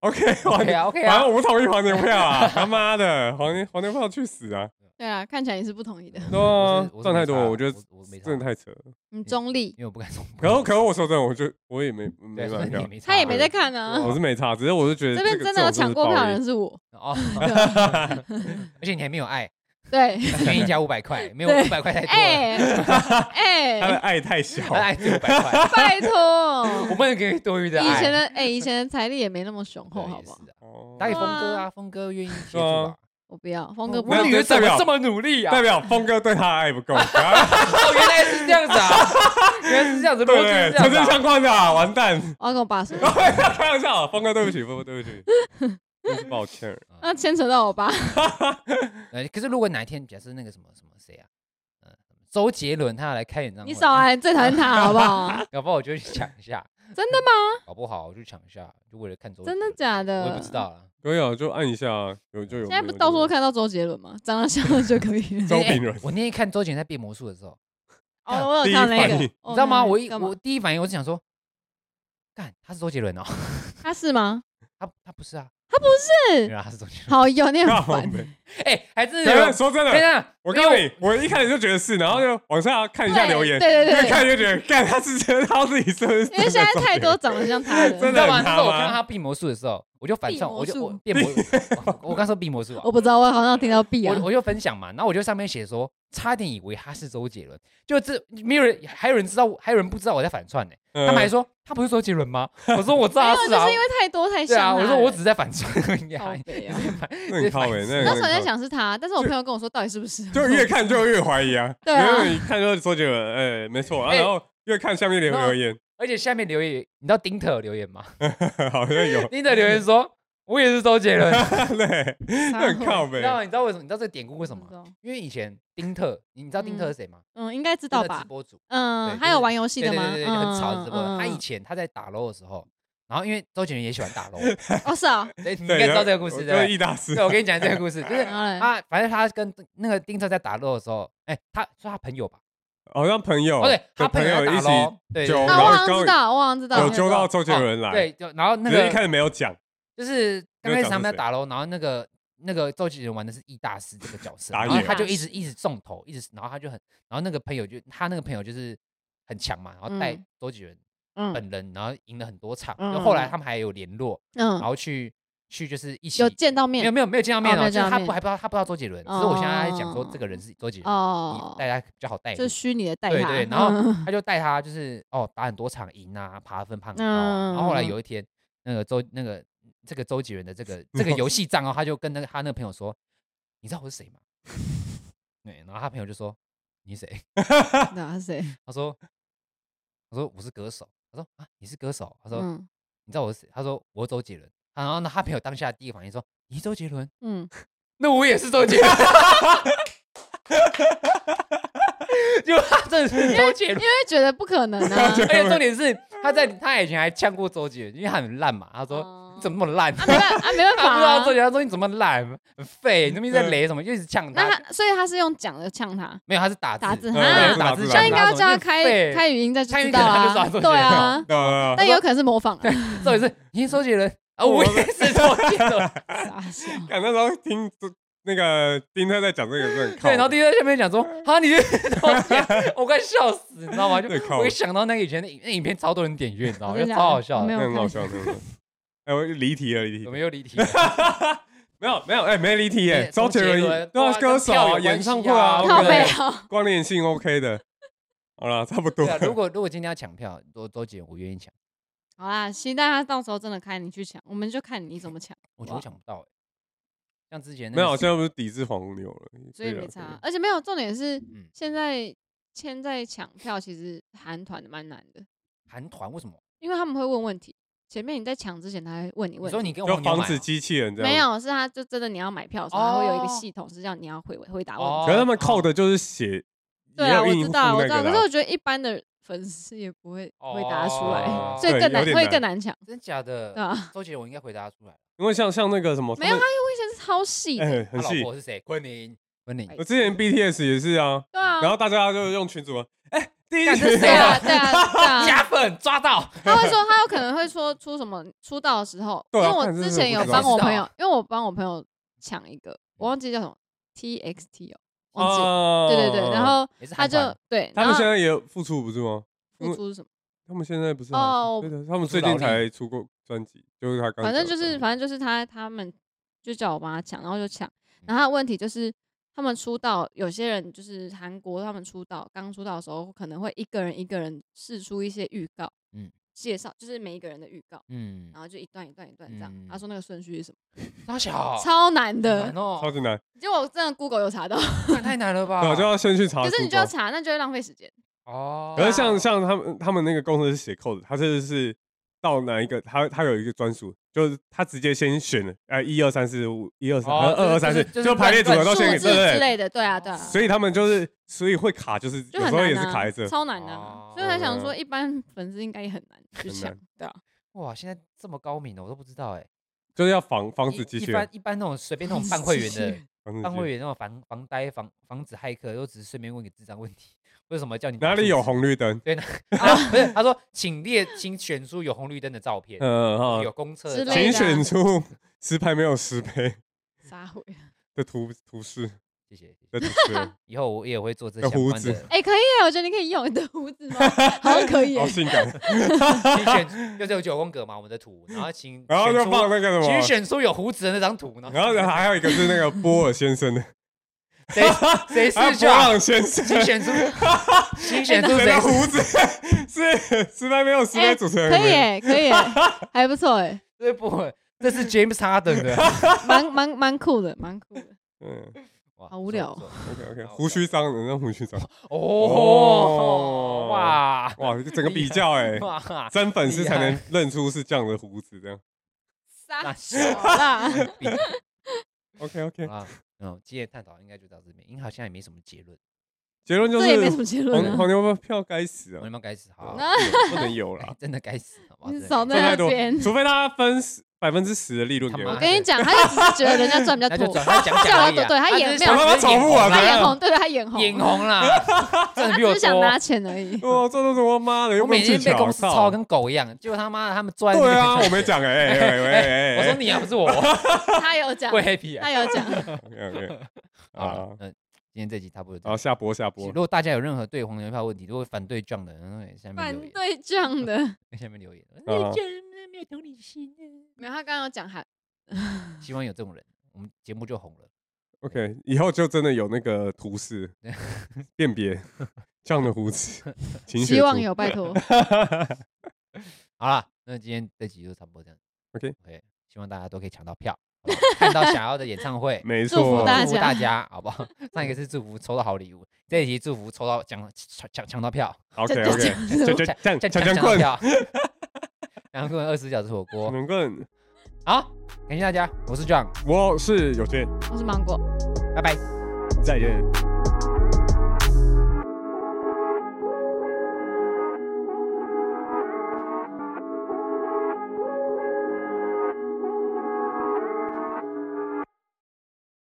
OK，黄
，OK
牛，
啊 OK
反
啊
正，我不同意黄牛票啊，他妈的，黄牛黄牛票去死啊！
对啊，看起来你是不同意的，
对啊
嗯我是我是没，
赚太多
差
了，
啦
我觉得
我我没差啊
真的太扯了。
你中立
因，为我不敢说，
可是可是我说真的，我就我也没没
对，所
买票
以你也，没
他也
差
没在看啊
对。
我是没差，只是我是觉得
这边
个
真的有
种
抢
是
过
暴
票的
利
人是我，
哦，而且你还没有爱，
对，
愿意加五百块，没有
对
五百块太多了，
哎
他的
哎，
爱太小，
他的爱只有五百
哎
块，
拜托
我，不能给你多余的爱。
以前的哎，以前的财力也没那么雄厚，
对
好
也
不好
是？啊
哦
打给峰
风
哥啊，峰哥愿意协助吧。
我不要，峰哥不
我
那
要
你
女儿怎么这么努力啊
代？表峰哥对他的爱不够， 啊
哦，原来是这样子啊，原来是这样子，逻
对
辑
不对成正
是？这样子啊。
相关的啊，完蛋！
我要跟我爸说，
开玩笑，峰哥对不起，峰哥对不起， 真是抱歉。
那牵扯到 我爸，
呃，可是如果哪一天，假设那个什么什么谁啊，嗯，周杰伦他要来开演唱会，
你少来，最讨厌他，好不 好？
搞不好我就去抢一下，
真的吗？
搞不好我就抢一下，就为了看周杰
真
伦。
的假
我也
的？
不知。道啊。
可以啊，就按一下啊，有就有。
现在不
没有
到
就
处
没有
都看到周杰伦吗？长得像了就 可以了。
周
哎
炳伦，
我那天看周杰伦在变魔术的时候，
哦，我
第一
有看那
反
个，
应
哦你
你知道吗？我一我第一反应我是想说，干他是周杰伦哦，
他是吗？
他他不是啊，
他不
原
是。
来他是周杰伦。
好，有你很
靠
烦。啊
北
哎，还真
可
的有
是
人。
说真的
等，等，
我
没
告诉
有
你，我一开始就觉得是，然后就往下看一下
对
留言，
对对对
越看越觉得，干他是知道自己是不是真的中
因
年？
为现在太多长得 像他的，
真
你
的
知道吗？
很
那
他
时候我
吗
看到他变魔术的时候，我就反上，
变
我
魔
就
术哦
我变魔， 我我刚说变魔术啊，
我不知道，我好像听到 B 啊
我，我就分享嘛，然后我就上面写说，差点以为他是周杰伦，就这没有人，还有人知道，还有人不知道我在反串呢、
嗯
他们还说他不是周杰伦吗？我说我知道
没
他
有，
是啊
哎就是，因为太多太
对
像
啊，
他了。
我说我只是在反串而已啊
靠。北啊
那很靠北，那
那
很
时候在
靠
想是他，但是我朋友跟我说到底是不 是，
北就越看就越怀疑啊，
对啊
然后你看就周杰伦，哎，没错，啊
哎
然后越看下面留
然后
留言，
而且下面留言，你知道丁特有留言吗？
好像 有
丁特留言说，我也是周杰伦。
对，那 很靠
你
北
知，道你知道为什么？你知道这个典故为什么
不知
吗？
道
因为以前丁特，你知道丁特是谁吗？
嗯，应该知
知
道
直
吧？
播主。对
嗯，
就
还有
是
玩游戏
对
的
对
吗？
对对，就
嗯
很吵的直播的。他以
嗯
前他在打 LO 的时候，然后因为周杰伦也喜欢打 LO，
嗯哦是啊，
对，你应
对，
该知道这个故事
我
对不
就是
对？
易大师
对，，我跟你讲这个故事，就是
然后嘞啊
他，反正他跟那个丁特在打 LO 的时候，哎，他说他朋友吧，
好像朋友，
哦对，他
有朋友
友在
一
打
起
LO，对，
揪
对哦
啊
然
我
后
好像知道，我好像知道
有，揪到周杰伦来，
对，就然后那
只是一开
个
始没有 讲，
就是刚开始他们
那个角色
在
是
打 LO，然后那个。那个周杰伦玩的是易大师这个角色，
打
然后
野啊
他就一直一直中头，一直然后他就很，然后那个朋友就他那个朋友就是很强嘛，然后带
嗯
周杰伦
嗯
本人，然后赢了很多场，
嗯
然后后来他们还有联络，然
嗯，
后去去就是一起
有见到面
没有没有没有见到面
哦没
哦，
有
就是
见到
他
面
不还不知道他不知道周杰伦，只是我现在在讲说这个人是周杰伦，
哦
你，大家比较好带
就
入
是。虚拟的代
对
他，嗯
对，然后他就带他就是哦打很多场赢啊，爬分胖高啊，然后后来
嗯
有一天那个周那个这个周杰伦的这个这个 游戏账号，他就跟那个他那个朋友说，你知道我是谁吗？ 对，然后他朋友就说你是谁？
嗯那是谁？
他说他说我是歌手。他说啊你是歌手？他说
嗯，
你知道我是谁？他说我是周杰伦。然后呢，他朋友当下第一个反应说：“你是周杰伦？
嗯，
那我也是周杰伦。” 就他真的是周杰伦
因。为觉得不可能
。
啊
而且重点是，他在他以前还呛过周杰伦，因为他很烂嘛。他说
哦：“
你怎么那么烂？”
啊，没办啊，没 办
他
法
不知道周
啊。
杰伦，他说：“你怎么烂？很废，你怎么一直在雷什么？”就一直呛
那
他。
他，所以他是用讲的呛他，
没有，他是打字，
打字
对
啊
打字
那
呛他。
那应该要
说
叫他
你废
开开语音再知
开语音
道
他就知道
啊
他。周杰伦
对啊，
呃，
但也有可能是模仿啊。
重点是，你是周杰伦啊，我也是周杰
哦
伦。
傻笑
看那时候听那个丁特在讲这个是很靠
对，
北，
然后第二下面讲说，
哦
哈，你是周杰伦，我快笑死，你知道 吗？就
对靠
我一想到那个以前的影那影片，超多人点阅，你知道吗？就
真的
超
假的
好笑
没
的
有。
那很好
看
笑，真的。哎，我离题了，离题
我。们又离题啊了，
没有没有，哎，没离题耶，
对
周杰
周杰
伦
伦
对啊，
哇
歌手啊
跟跳有关系啊
演唱会啊，
靠
靠背
OK 的
哦，
关联性 OK 的。好啦，差不多
对。啊，如果如果今天要抢票，周周杰伦我愿意抢，
好啦，期待他到时候真的开你去抢，我们就看你怎么抢，
我觉得我抢不到欸像之前那
没
个
有，现在不是抵制黄牛了，
所以
对啊
没差。。而且没有重点是
嗯，
现在现在抢票其实韩团蛮难的，
韩团为什么？
因为他们会问问题，前面你在抢之前他会问你
你
问
说
题。
你跟
就
黄牛
防
买
止
啊
机器人这样。
没。有，是他就真的你要买票的时候，他会有一个
哦
系统是让你要回回答问题。
哦
可是他们靠的就是写，
对
也
啊，
有
我
应
知
付
道，我
那
知
个
道。可
的
是
啊
我觉得一般的粉丝也不会回答出
哦
来，所以
对
更
有点难
会
呃
更难抢。
真假的？
对啊
周杰伦应该回答出来。
因为像像那个什么，
没有
他们
我以前是超细的，
哎，
他
很
老
细。
婆是谁？昆凌，昆凌
哎。
我之前 BTS 也是啊，
对啊。
然后大家就用群主啊，哎，第一
干这
题
是
对
谁
啊，
啊
对啊，对 啊。
加粉抓到，
他会说，他有可能会说出什么出道的时候，
对
因
啊
为我
看这
之
是
前
不
有
知
帮
道
我
知道
朋友，因为我帮我朋友抢一个，我忘记叫什么 TXT 哦，忘记了，
哦
对对对，然后
也是
他
韩
就
团
对，
他
然
们
后
现在嗯也付出不是吗？
付出什么，
他们现在不是
哦
还对的，他们最近才出过专辑，就是他刚
反正就
讲的
是反正就是他他们就叫我帮他抢，然后就抢，
嗯
然后他的问题就是。他们出道，有些人就是韩国，他们出道刚出道的时候，可能会一个人一个人试出一些预告，
嗯
嗯，介绍就是每一个人的预告，
嗯，
然后就一段一段一段这样。
嗯
他说那个顺序是什么？
大嗯小
超难的，
难
超
哦，
级难，
结果我真的 Google 有查到，
干太难了吧？
对啊，就要先去查。
可是你就要。啊查，那就会浪费时间。
哦，
可是像像他们他们那个公司是写 code，的他这是到哪一个，他他有一个专属，就是他直接先选了，哎，一二三四五，一二三，呃
哦
二二三
就
四
是，就是
就排列组合
乱
都先
数
给，
字
对
之
不对？
类的，对啊，对啊，
所以他们就是，所以会卡，就是
就
有
很
时候也
难
是卡在
啊，
这。
超难的
哦
啊。所以我才想说，一般粉丝应该也很难去
很
抢
难，
对啊。
哇，现在这么高明的我都不知道哎。
就是要防防止
一
机
一
器
般
人，
一般那种随便那种办会员的
防止
办
机器
会
人
员那种防防呆防防止骇客，都只是顺便问个智障问题，为什么叫你打
哪
数
里
字
有？红绿灯？
对，哪啊不是，他说请列请选出有红绿灯的照片，
嗯哈，
有公厕的
之
照
类
请
片
的啊
选出 石牌没有石碑
撒回。
的图图示
谢谢，谢谢
的主持 人，
以后我也会做这
有
相
胡
关
子
的。
哎，可以啊，我觉得你可以用你的胡子吗？好像可以耶
好。性感。
请选就是有九宫格嘛，我们的图，然后请
然后
选
就
出
放那个什
请
么，
选出有胡子的那张图，然
然后还有一个是那个波尔先生的，
谁谁
还有
是
波
叫，
浪先生，
请 选出，请选出
谁的
谁是
胡子是石牌没有石碑
哎
主持人
可
的
以
名字，
耶，可以耶，还不错哎，
这不，这是 James Harden 的，
蛮蛮蛮酷的，蛮酷的。
嗯
哇
好无聊
不错不错
，OK OK，
好
胡须章，人家胡须章，
哦，哇
哇，这整个比较哎，
哇，
真粉丝才
厉
能认出是这样的胡子这样
撒
那
小啦，
比
，OK OK，
啊，嗯，今天的探讨应该就到这边，因为好像也没什么结论，
结论就
这也没什
是
么结论
黄
啊。
黄牛票该死
我
啊
们，要该死，好，
那
不能有啦
哎，真的该死，好不好？
你
真的
少
该
赚太
在
多
那边，
除非他分百分之十的利润给
他
我
妈的。
我跟你讲，他就只是觉得人家赚比
死那
较
就
多，
转他讲
笑
讲而
得
已
多
啊，
对他也
只是
没有
想
他
只是
重复啊
眼红
他
啦
眼红，对对，他眼红，
眼红啦，真的
他
比我
只是想拿
多。
钱而已。
哦，这都是我妈的，又
我
不
每
是技
天被
巧，
公司
靠
操跟狗一样，结果他妈的他们坐在那
对
边
啊，
看
我没讲哎哎哎哎哎，
我说你啊，不是 我，
他有讲
会，happy 啊
他。有讲，
OK OK，
好了
啊，，
嗯，今天这集差不多。
好下播下播
如，果大家有任何对黄牛票问题，如果反对撞的，然后也下面
反
留言，
对这样的。
在下面留言。
啊
那些人没有同理心啊，
没有，他刚刚有讲韩，
希望有这种人，我们节目就红了。
OK，以后就真的有那个图示辨别这样的胡子，请选
希望
出
有，拜托。
好啦，那今天这集就差不多这样。
OK
OK，希望大家都可以抢到票，好不 好看到想要的演 唱会。
没
祝福
错，
大
祝福
家
大家，好不好？上一个是祝福抽到好礼物，这一集祝福抽到抢抢抢抢到票，
OK
这
OK，
这
抢抢抢抢
抢
棍，
到票，抢抢棍二十四小时火锅
抢棍，
啊！好，感谢大家，我是 John，
我是有健，
我是芒果。
拜拜。
再见。